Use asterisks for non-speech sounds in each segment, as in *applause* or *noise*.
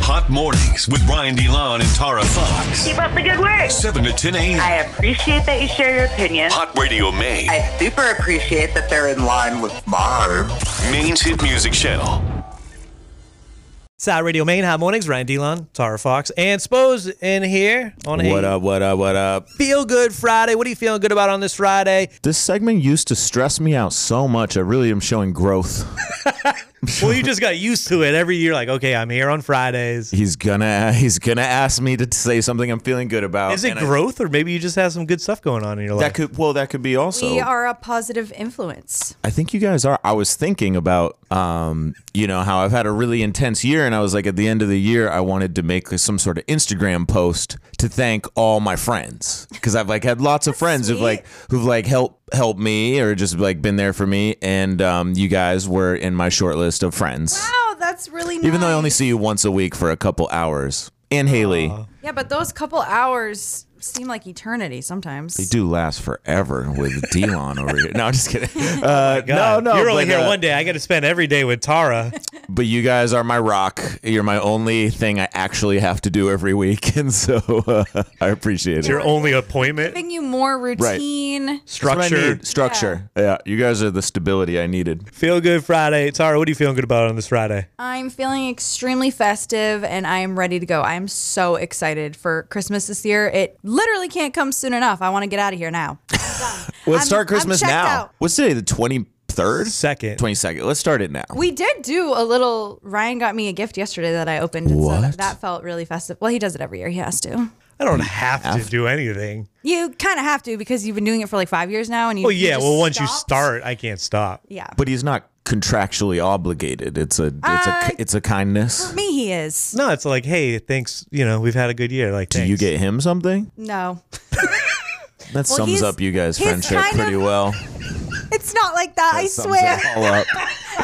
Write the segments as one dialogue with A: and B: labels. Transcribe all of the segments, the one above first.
A: Hot Mornings with Brian DeLon and Tara Fox.
B: Keep up the good work.
A: 7 to 10 a.m.
B: I appreciate that you share your opinion.
A: Hot Radio Maine.
C: I super appreciate that they're in line with mine.
A: Maine's hit music channel.
D: It's Hot Radio Maine, Hot Mornings, Ryan DeLon, Tara Fox, and Spose in here on
E: What
D: a
E: up, what up, what up?
D: Feel Good Friday. What are you feeling good about on this Friday?
E: This segment used to stress me out so much. I really am showing growth.
D: Well, you just got used to it every year. Like, okay, I'm here on Fridays.
E: He's gonna *laughs* he's gonna ask me to say something I'm feeling good about.
D: Is it
E: and I-
D: growth, or maybe you just have some good stuff going on in your
E: that
D: life?
E: could well that could be also.
F: We are a positive influence.
E: I think you guys are. I was thinking about um, you know, how I've had a really intense year and I was like at the end of the year I wanted to make some sort of Instagram post to thank all my friends cuz I've like had lots of friends who've like who've like helped help me or just like been there for me and um, you guys were in my short list of friends.
F: Wow, Oh, that's really nice.
E: Even though I only see you once a week for a couple hours. And Haley,
F: Yeah, but those couple hours seem like eternity sometimes.
E: they do last forever
D: *laughs*
E: with Delon over here. No, I'm just kidding. Uh, no, no.
D: Oh You're only
E: but,
D: here
E: uh,
D: one day. I got to spend every day with
E: *laughs*
D: Tara.
E: But you guys are my rock. You're my only thing I actually have to do every week. *laughs* And so uh, I appreciate it.
D: Your only appointment
F: Giving you more routine.
E: That's what I
D: structure.
E: need, Structure. Yeah. you guys are the stability I needed.
D: Feel Good Friday. Tara, what are you feeling good about on this Friday?
F: I'm feeling extremely festive and I am ready to go. I am so excited for Christmas this year. It literally can't come soon enough. I want to get out of here now.
E: Let's
F: I'm-
E: start Christmas
F: I'm checked
E: now.
F: out.
E: What's today? The 23rd?
D: Second.
E: 22nd. Let's start it now.
F: We did do a little. Ryan got me a gift yesterday that I opened. And So
E: What?
F: that, that felt really festive. Well, he does it every year. He has to.
D: I don't have to do anything.
F: You kind of have to because you've been doing it for like five years now. And you.
D: Well,
F: you
D: yeah.
F: just
D: Well, once you
F: stopped.
D: start, I can't stop.
F: Yeah.
E: But he's not contractually obligated. It's a it's
F: Uh,
E: a it's a kindness.
F: me, he is.
D: No, it's like, hey, thanks. You know, we've had a good year. Like,
E: Do you
D: thanks.
E: get him something?
F: No.
E: That
F: Well,
E: sums
F: he's-
E: up you guys'
F: he's
E: friendship
F: kind of-
E: pretty well.
F: It's not like that, I
E: That sums
F: swear.
E: it all up.
F: *laughs*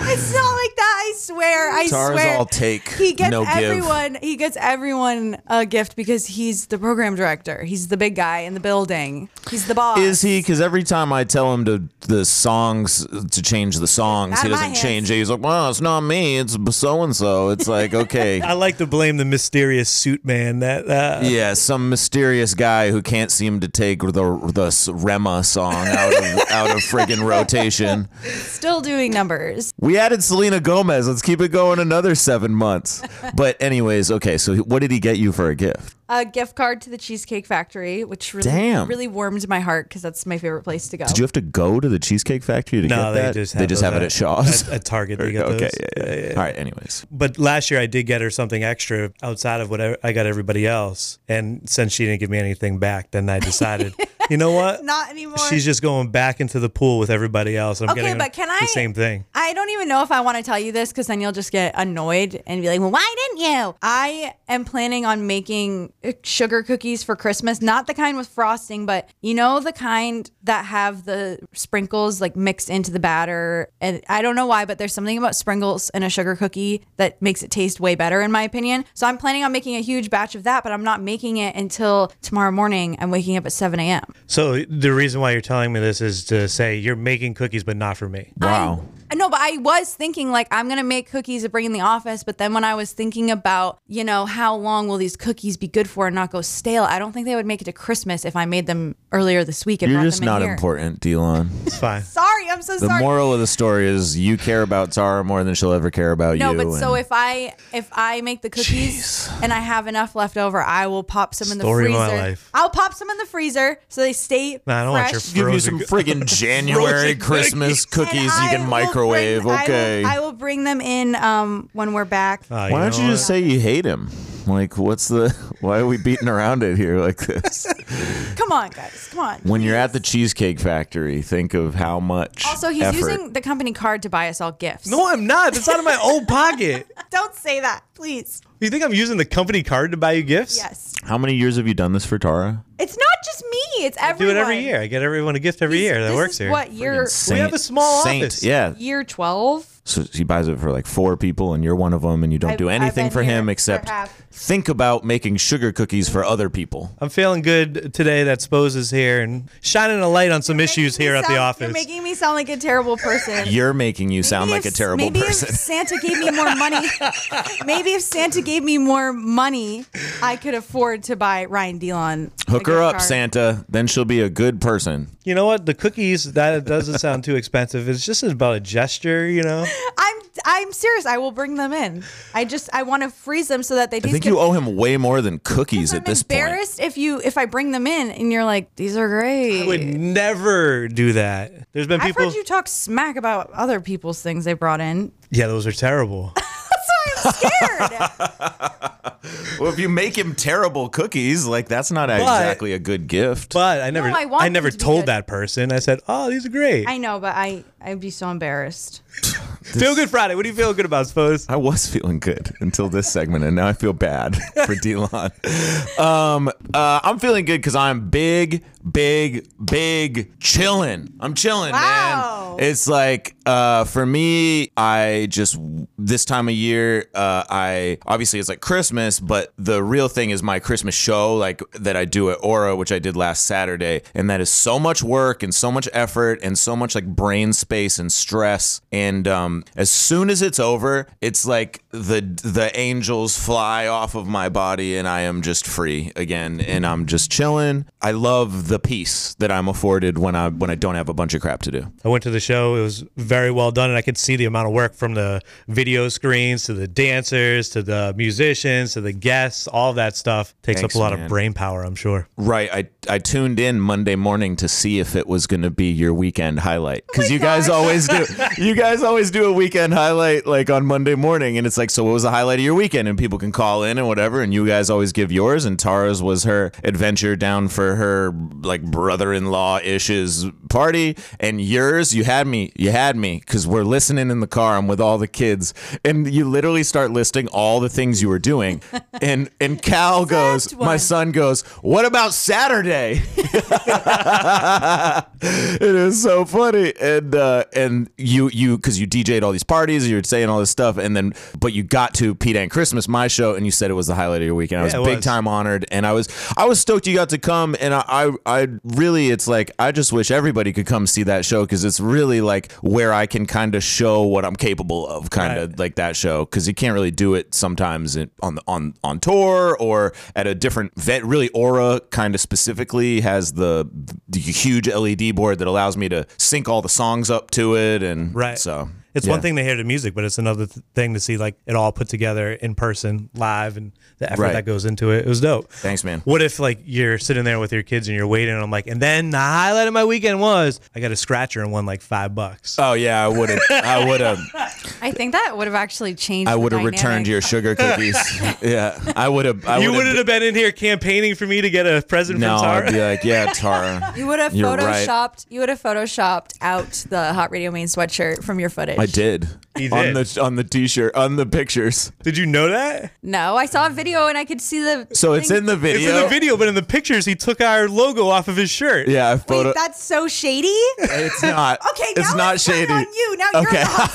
F: It's not like that, I swear. I
E: Tara's
F: swear.
E: all take,
F: He gets
E: no give.
F: everyone he gets everyone a gift because he's the program director. He's the big guy in the building. He's the boss.
E: *laughs* Is he? Because every time I tell him to the songs to change the songs,
F: Not
E: he
F: in my
E: doesn't
F: hands.
E: change it. He's like, "Well, it's not me. It's so and so." It's like, okay,
F: *laughs*
D: I like to blame the mysterious suit man. That uh,
E: yeah, some mysterious guy who can't seem to take the the Rema song out of out of friggin' rotation.
F: still doing numbers?
E: We added Selena Gomez. Let's keep it going another seven months. But anyways, okay. So what did he get you for a gift?
F: A gift card to the Cheesecake Factory, which really
E: Damn.
F: really warmed my heart because that's my favorite place to go.
E: Did you have to go to the Cheesecake Factory to
D: no,
E: get
D: they
E: that?
D: just have
E: they just
D: those
E: have it at Shaw's.
D: at, at Target. They got
E: okay.
D: those.
E: Yeah, yeah. All right. Anyways,
D: But last year I did get her something extra outside of what I I got everybody else, and since she didn't give me anything back, then I
E: *laughs*
D: decided, you know what?
F: Not anymore.
D: She's just going back into the pool with everybody else. I'm
F: okay,
D: getting
F: but can
D: the
F: I
D: same thing.
F: I don't even know if I want to tell you this because then you'll just get annoyed and be like, "Well, why didn't you?" I am planning on making uh, sugar cookies for Christmas, not the kind with frosting, but you know the kind that have the sprinkles like mixed into the batter. And I don't know why, but there's something about sprinkles in a sugar cookie that makes it taste way better, in my opinion. So I'm planning on making a huge batch of that, but I'm not making it until tomorrow morning. I'm waking up at 7 a.m.
D: So the reason why you're telling me this is to say you're making cookies, but not for me.
E: wow.
F: No, but I was thinking like I'm gonna make cookies to bring in the office, but then when I was thinking about you know how long will these cookies be good for and not go stale, I don't think they would make it to Christmas if I made them earlier this week. And
E: You're
F: brought
E: just
F: them in
E: not
F: here.
E: important, Delon.
F: *laughs*
D: It's
E: *laughs*
D: fine.
F: Sorry, I'm so
E: The
F: sorry.
E: moral of the story is you care about Tara more than she'll ever care about
F: no,
E: you.
F: but so
E: and-
F: if I if I make the cookies and I have enough left over, I will pop some in the
D: Story of
F: freezer.
D: my life.
F: I'll pop some in the freezer so they stay
D: No, I don't want
F: fresh.
D: your
E: give you
D: Frozen
E: some
D: go-
E: *laughs* friggin' January
D: Frozen
E: Christmas
F: And
E: cookies you
F: I
E: can
F: will
E: microwave.
F: bring- I will-
E: okay. Ah.
F: I will, bring them in um, when we're back.
D: Uh,
E: why
D: know
E: don't you
D: what?
E: just say you hate him? Like, what's the? *laughs* Why are we beating around it here like
F: *laughs*
E: this?
F: Come on, guys, come on.
E: When you're at the Cheesecake Factory, think of how much.
F: Also, he's
E: effort.
F: using the company card to buy us all gifts.
D: No, I'm not. It's out of my own pocket.
F: Don't say that, please.
D: You think I'm using the company card to buy you gifts?
F: Yes.
E: How many years have you done this for Tara?
F: It's not just me, it's
D: Do
F: everyone.
D: it every year. I get everyone a gift every year that
F: This
D: works
F: is
D: here.
F: What year
E: Saint-
D: have a small
E: Saint,
D: office.
E: Yeah,
F: year 12?
E: So he buys it for like four people, and you're one of them, and you don't
F: I've-
E: do
F: I've
E: anything
F: been
E: for him
F: here
E: except
F: for half.
E: think about making sugar cookies for other people.
D: I'm feeling good today that Spose is here and shining a light on some issues
F: Making me
D: here at the
F: sound-
D: office.
F: You're making me sound like a terrible person.
E: You're making you sound
F: Maybe
E: like a
F: if-
E: terrible
F: maybe If
E: person. *laughs*
F: Santa gave me more money. maybe if Santa gave me more money, I could afford to buy Ryan Delon. a
E: Hook her
F: gift
E: up,
F: card.
E: Santa. Then she'll be a good person.
D: you know what? The cookies that doesn't sound too expensive. It's just about a gesture,
F: *laughs*
D: you know.
F: I'm I'm serious. I will bring them in. I just I want to freeze them so that they.
E: I think you owe him way more than cookies
F: I'm
E: at this point.
F: embarrassed if you if I bring them in and you're like these are great.
D: I would never do that. There's been
F: I've
D: people.
F: heard you talk smack about other people's things they brought in.
D: yeah, those are terrible.
F: So I'm scared.
E: Well, if you make him terrible cookies, like that's not exactly a good gift.
D: But I never,
F: No, I
D: I,
F: want them
D: never
F: to be
D: told
F: good.
D: that person. I said, "Oh, these are great."
F: *laughs* I know, but I I'd be so embarrassed.
D: feel good Friday. What do you feel good about, Spose?
E: I was feeling good until this segment, and now I feel bad *laughs* for Delon. Um, uh, I'm feeling good because I'm big, big, big chilling. I'm chilling,
F: Wow.
E: man. It's like uh, for me, I just this time of year, uh, I obviously it's like Christmas, but the real thing is my Christmas show, like that I do at Aura, which I did last Saturday, and that is so much work and so much effort and so much like brain space and stress. And um, as soon as it's over, it's like the the angels fly off of my body, and I am just free again, and I'm just chilling. I love the peace that I'm afforded when I when I don't have a bunch of crap to do.
D: I went to the show. It was very well done, and I could see the amount of work from the video screens to the dancers to the musicians to the guests. All that stuff takes
E: Thanks,
D: up a lot
E: man.
D: of brain power, I'm sure.
E: Right. I, I tuned in Monday morning to see if it was going to be your weekend highlight because you guys always do. You guys always do a weekend highlight like on Monday morning, and it's like, so what was the highlight of your weekend? And people can call in and whatever, and you guys always give yours. And Tara's was her adventure down for her like brother-in-law ish's party, and yours, you had me, you had me because we're listening in the car. I'm with all the kids, and you literally start listing all the things you were doing, and and Cal goes,
F: Exact
E: my
F: one.
E: son son goes, "What about Saturday?" *laughs* it is so funny, and uh, and you you because you DJ'd all these parties, you were saying all this stuff, and then but you got to Pete and Christmas, my show, and you said it was the highlight of your weekend. I was
D: Yeah, it
E: big
D: was.
E: time honored, and I was I was stoked you got to come, and I I, I really it's like I just wish everybody could come see that show because it's really like where I can kind of show what I'm capable of, kind of
D: Right.
E: like that show because you can't really do it sometimes in, on the on on tour or at a different vet. Really, Aura kind of specifically has the, the huge LED board that allows me to sync all the songs up to it, and
D: Right.
E: So
D: It's
E: yeah.
D: one thing to hear the music, but it's another th- thing to see like it all put together in person, live, and the effort
E: Right.
D: that goes into it. It was dope.
E: Thanks, man.
D: What if like you're sitting there with your kids and you're waiting? And I'm like, and then the highlight of my weekend was I got a scratcher and won like five bucks.
E: Oh yeah, I would have. I would have.
F: I think that would have actually changed.
E: I
F: the
E: would have
F: dynamic.
E: returned your sugar cookies. *laughs* yeah, I would have. I
D: you
E: would've-
D: wouldn't have been in here campaigning for me to get a present
E: No,
D: from Tara.
E: I'd be like, yeah, Tara.
F: You would have
E: You're
F: photoshopped.
E: right.
F: You would have photoshopped out the Hot Radio Main sweatshirt from your footage.
E: I did.
D: You
E: on
D: did.
E: the on the t-shirt on the pictures.
D: *laughs* Did you know that?
F: No, I saw a video and I could see the.
E: So it's
F: thing.
E: in the
D: It's
E: video.
D: in the video, but in the pictures, he took our logo off of his shirt.
E: Yeah, I photo.
F: Wait, that's so shady.
E: It's not.
F: *laughs* Okay, now
E: it's not shady.
F: on you. Now you're in
E: Okay.
F: the hot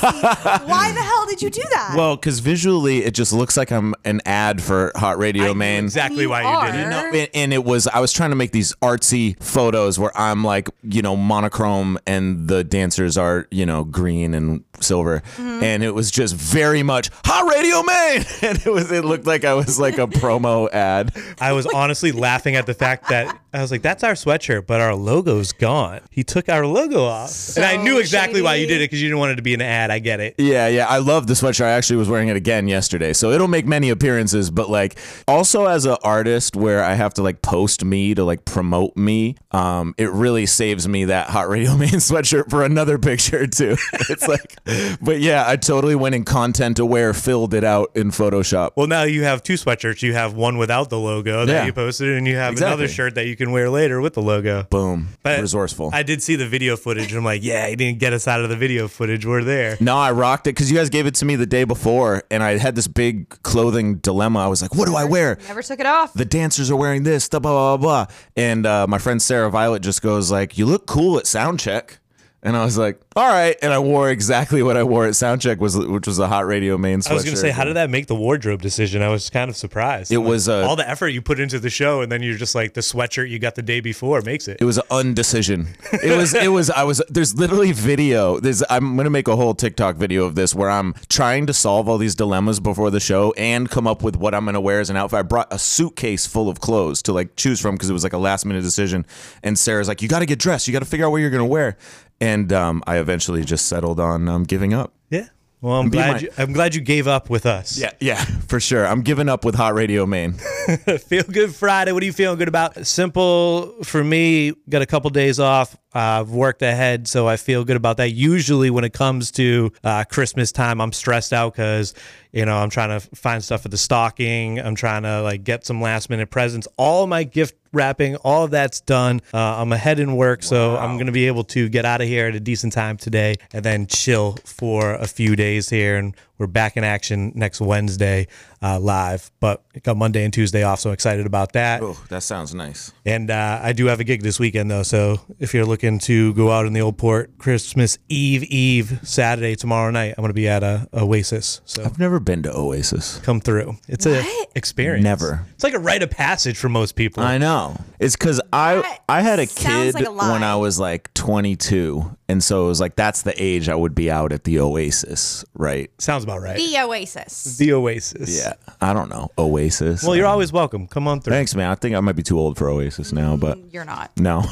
F: seat. Why the hell did you do that?
E: Well, because visually it just looks like I'm an ad for Hot Radio Man.
D: Exactly
F: You
D: why you did it.
F: are.
E: No, and, and it was I was trying to make these artsy photos where I'm like, you know, monochrome and the dancers are, you know, green and silver.
F: Mm-hmm.
E: And it was just very much Hot Radio Man. *laughs* And it was it looked like I was like a promo ad.
D: I was honestly laughing at the fact that I was like, that's our sweatshirt, but our logo's gone. He took our logo off. and I knew exactly why you did it
F: shady.
D: because you didn't want it to be an ad. I get it.
E: Yeah, yeah. I love the sweatshirt. I actually was wearing it again yesterday. So it'll make many appearances, but like also as an artist where I have to like post me to like promote me, um, it really saves me that Hot Radio *laughs* Man sweatshirt for another picture too. *laughs* It's like but yeah, I totally went in content aware, filled it out in Photoshop.
D: Well, now you have two sweatshirts. You have one without the logo that
E: Yeah.
D: you posted, and you have
E: Exactly.
D: another shirt that you can wear later with the logo.
E: Boom.
D: But
E: Resourceful.
D: I did see the video footage. And I'm like, yeah, he didn't get us out of the video footage. We're there.
E: No, I rocked it because you guys gave it to me the day before, and I had this big clothing dilemma. I was like, "What do I wear?"
F: Never took it off.
E: the dancers are wearing this, da, blah, blah, blah, blah. And uh, my friend Sarah Violet just goes like, you look cool at sound check. And I was like, all right. And I wore exactly what I wore at Soundcheck, was which was a Hot Radio Main sweatshirt.
D: I was going to say, how did that make the wardrobe decision? I was kind of surprised.
E: It was, uh,
D: all the effort you put into the show, and then you're just like the sweatshirt you got the day before makes it.
E: It was an undecision. It was. It was. I was. There's literally video. There's. I'm gonna make a whole TikTok video of this where I'm trying to solve all these dilemmas before the show and come up with what I'm gonna wear as an outfit. I brought a suitcase full of clothes to like choose from because it was like a last minute decision. And Sarah's like, "You got to get dressed. You got to figure out what you're gonna wear." And um, I eventually just settled on um, giving up.
D: yeah. Well, I'm
E: Be
D: glad.
E: my-
D: you, I'm glad you gave up with us.
E: Yeah, yeah, for sure. I'm giving up with Hot Radio Maine.
D: *laughs* Feel good Friday. What are you feeling good about? Simple for me. Got a couple days off. Uh, I've worked ahead, so I feel good about that. Usually, when it comes to uh, Christmas time, I'm stressed out because you know I'm trying to find stuff for the stocking. I'm trying to like get some last minute presents. All my gift wrapping, all of that's done. Uh, I'm ahead in work, so I'm gonna be able to get out of here at a decent time today, and then chill for a few days here. And we're back in action next Wednesday uh, live, but I got Monday and Tuesday off, so I'm excited about that.
E: Oh, that sounds nice.
D: And uh, I do have a gig this weekend though, so if you're looking to go out in the old port Christmas Eve Eve Saturday tomorrow night, I'm gonna be at a Oasis, so
E: I've never been to Oasis.
D: come through. It's a experience.
E: Never.
D: It's like a rite of passage for most people.
E: I know. It's because I
F: That
E: I had a
F: sounds
E: kid
F: like a lie.
E: when I was like 22, and so it was like that's the age I would be out at the Oasis, right?
D: Sounds about right.
F: The Oasis.
D: The Oasis.
E: Yeah, I don't know Oasis.
D: Well, you're always welcome. Come on through.
E: thanks, man. I think I might be too old for Oasis now, but
F: You're
E: *laughs*
F: not.
E: no,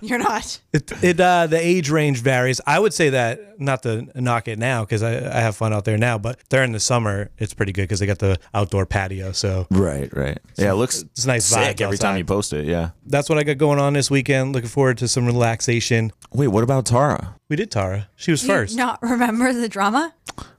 F: You're not.
D: It, it uh, the age range varies. I would say that not to knock it now because I, I have fun out there now, but during the summer it's pretty good because they got the outdoor patio. So
E: right, right. Yeah, it looks
D: it's nice
E: sick
D: vibes
E: every
D: outside.
E: time you post it. Yeah.
D: that's what I got going on this weekend. Looking forward to some relaxation.
E: Wait, what about Tara?
D: We did Tara. She was first.
F: You not remember the drama?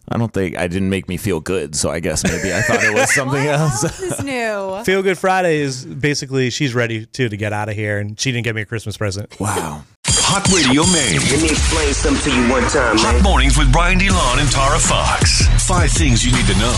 E: I don't think I didn't make me feel good, so I guess maybe I thought
F: *laughs*
E: it was something else.
F: This is new.
D: Feel Good Friday is basically she's ready too to get out of here, and she didn't get me a Christmas present.
E: Wow.
A: Hot Radio Maine.
G: Let me explain something to you one time, man.
A: Hot mornings with Brian DeLon and Tara Fox. Five things you need to know.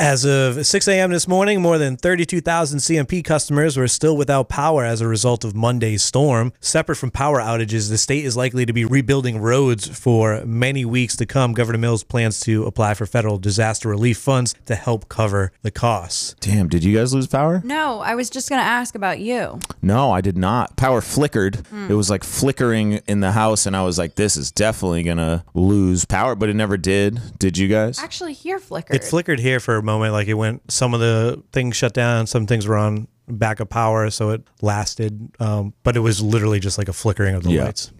D: As of 6 a.m. this morning, more than 32,000 CMP customers were still without power as a result of Monday's storm. Separate from power outages, the state is likely to be rebuilding roads for many weeks to come. Governor Mills plans to apply for federal disaster relief funds to help cover the costs.
E: Damn, did you guys lose power?
F: No, I was just gonna ask about you.
E: No, I did not. Power flickered.
F: Hmm.
E: It was like flickering in the house, and I was like, this is definitely going to lose power, but it never did. Did you guys?
F: Actually, here flickered.
D: It flickered here for a moment, like it went. Some of the things shut down, some things were on backup power, so it lasted. Um, but it was literally just like a flickering of the
E: Yeah.
D: lights.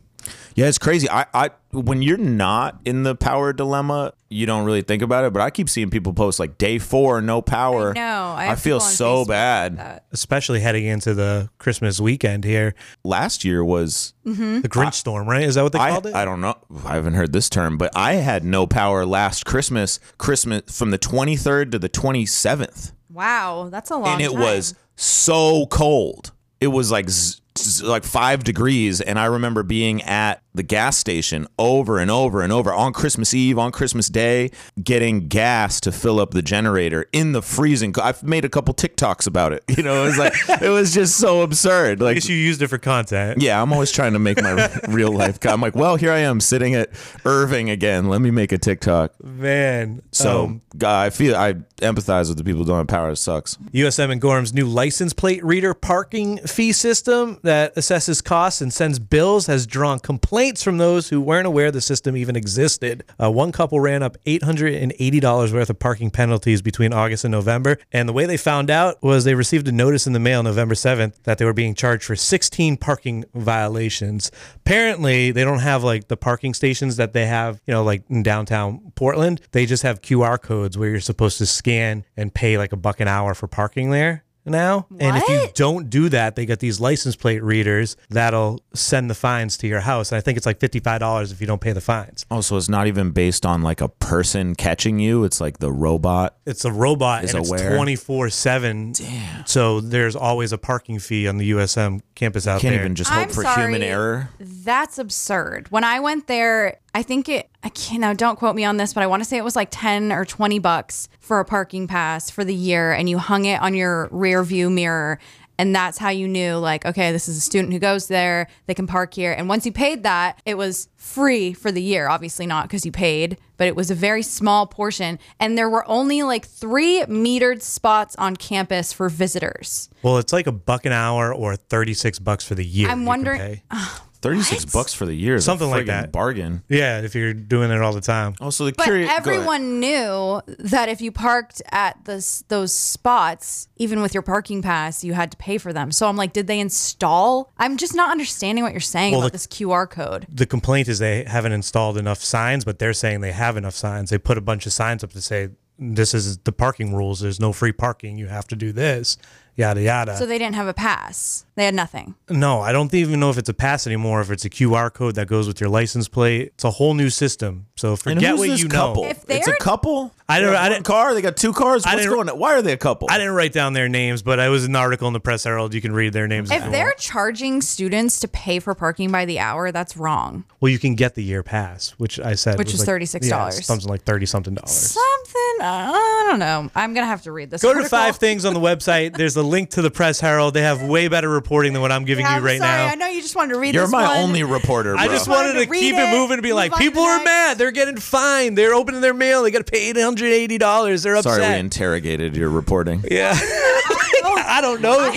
E: Yeah, it's crazy. I, I, when you're not in the power dilemma, you don't really think about it, but I keep seeing people post like day four, no power.
F: I know. I
E: I,
F: have
E: feel
F: people on
E: so
F: Facebook
E: bad.
D: Especially heading into the Christmas weekend here,
E: Last year was,
D: the Grinch storm, right? Is that what they
E: Mm-hmm. I,
D: called it?
E: I don't know. I haven't heard this term, but I had no power last Christmas, Christmas from the 23rd to the 27th.
F: wow, that's a long.
E: and it
F: time.
E: was so cold. It was like z- z- like five degrees, and I remember being at the gas station over and over and over on Christmas Eve, on Christmas Day, getting gas to fill up the generator in the freezing. co- I've made a couple TikToks about it. *laughs* You know, it was like it was just so absurd.
D: I
E: Like.
D: guess you used it for content.
E: Yeah, I'm always trying to make my *laughs* real life. co- I'm like, well, here I am sitting at Irving again. Let me make a TikTok.
D: Man.
E: So,
D: Um,
E: God, I feel I empathize with the people who don't have power. It sucks.
D: USM and Gorham's new license plate reader parking fee system that assesses costs and sends bills has drawn complaints from those who weren't aware the system even existed. Uh, one couple ran up $880 worth of parking penalties between August and November. And the way they found out was they received a notice in the mail November 7th that they were being charged for 16 parking violations. Apparently, they don't have like the parking stations that they have, you know, like in downtown Portland. They just have QR codes where you're supposed to scan and pay like a buck an hour for parking there now. And if you
F: What?
D: don't do that, they got these license plate readers that'll send the fines to your house. And I think it's like $55 if you don't pay the fines.
E: Oh, so it's not even based on like a person catching you. It's like the robot.
D: It's a robot
E: Is
D: and
E: aware.
D: it's 24 7. Damn. So there's always a parking fee on the USM campus out
E: Can't
D: there.
E: even just hope
F: I'm
E: for
F: sorry.
E: human error.
F: That's absurd. When I went there, I think it. I can't now. Don't quote me on this, but I want to say it was like ten or twenty bucks for a parking pass for the year, and you hung it on your rear view mirror. And that's how you knew, like, okay, this is a student who goes there, they can park here. And once you paid that, it was free for the year, obviously not because you paid, but it was a very small portion. And there were only like three metered spots on campus for visitors.
D: Well, it's like a buck an hour or 36 bucks for the year.
F: I'm
D: you can
F: wondering- Uh-huh.
D: pay.
E: Thirty six bucks for the year, is a
D: Something like
E: friggin'
D: that.
E: Bargain.
D: Yeah, if you're doing it all the time.
E: Also, the
F: But
E: curious.
F: everyone knew that if you parked at this, those spots, even with your parking pass, you had to pay for them. So I'm like, did they install? I'm just not understanding what you're saying
D: Well,
F: about
D: the-
F: this QR code.
D: The complaint is they haven't installed enough signs, but they're saying they have enough signs. They put a bunch of signs up to say, this is the parking rules. There's no free parking. You have to do this, yada, yada.
F: So they didn't have a pass. They had nothing.
D: No, I don't even know if it's a pass anymore. If it's a QR code that goes with your license plate, it's a whole new system. So
E: And
D: forget
E: who's
D: what
E: this
D: you
E: couple?
D: know.
F: If
E: it's a
F: they're-
E: couple.
D: I don't-
E: They have
D: I
E: one
D: didn't-
E: car. They got two cars. What's
D: didn't-
E: going on? Why are they a couple?
D: I didn't write down their names, but I was in an article in the Press Herald. You can read their names.
F: If
D: you
F: they're
D: want.
F: charging students to pay for parking by the hour, that's wrong.
D: well, you can get the year pass, which I said,
F: Which
D: was
F: is
D: like-
F: $36.
D: yeah, something like thirty something dollars.
F: Something I don't know. I'm gonna have to read this.
D: Go to
F: article.
D: five things on the website. There's a link to the Press Herald. They have way better reporting than what I'm giving
F: Yeah,
D: you
F: I'm
D: right
F: sorry.
D: now.
F: I know you just wanted to read.
E: You're
F: this
E: my
F: one.
E: only reporter. Bro.
D: I just
F: wanted
D: wanted
F: to
D: to
F: read
D: keep
F: it,
D: it moving to be
F: move
D: like,
F: on to
D: people
F: the
D: are
F: next."
D: mad. They're getting fined. They're opening their mail. They got to pay eight hundred eighty dollars. They're upset.
E: Sorry, we interrogated
D: *laughs*
E: your reporting.
F: Oh,
D: I don't know.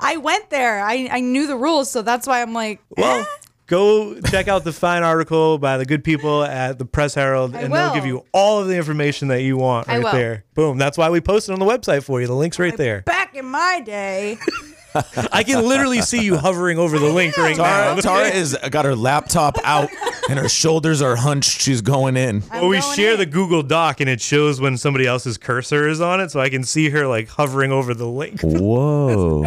F: I went there. I, I knew the rules, so that's why I'm like,
D: Well, go check out the fine article by the good people at the Press Herald, and they'll
F: will.
D: give you all of the information that you want
F: I
D: right
F: will.
D: there. Boom. That's why we posted on the website for you. The link's right there.
F: back in my day.
D: I can literally see you hovering over the link right now.
E: Uh, Tara, Tara is got her laptop out and her shoulders are hunched. She's
D: *laughs*
E: going in.
F: I'm
D: Well, we
F: going
D: share
F: in.
D: the Google Doc, and it shows when somebody else's cursor is on it, so I can see her like hovering over the link.
E: Whoa.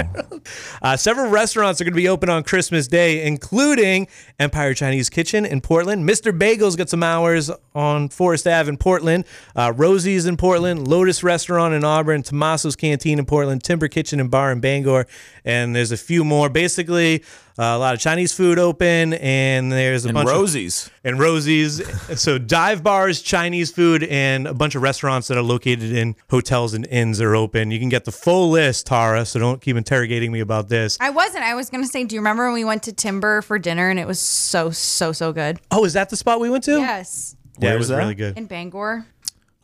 D: Uh, several restaurants are going to be open on Christmas Day, including Empire Chinese Kitchen in Portland. Mr. Bagel's got some hours on Forest Ave in Portland. Uh, Rosie's in Portland. Lotus Restaurant in Auburn. Tomaso's Canteen in Portland. Timber Kitchen and Bar in Bangor. And there's a few more. Basically, uh, a lot of Chinese food open, and there's a
E: And
D: bunch of
E: Rosie's.
D: and Rosie's. so dive bars, Chinese food, and a bunch of restaurants that are located in hotels and inns are open. You can get the full list, Tara. So don't keep interrogating me about this.
F: I wasn't. I was gonna say, do you remember when we went to Timber for dinner and it was so so so good?
D: Oh, is that the spot we went to?
F: Yes,
D: yeah,
E: Where's
D: it was
E: that?
D: really good.
F: in Bangor.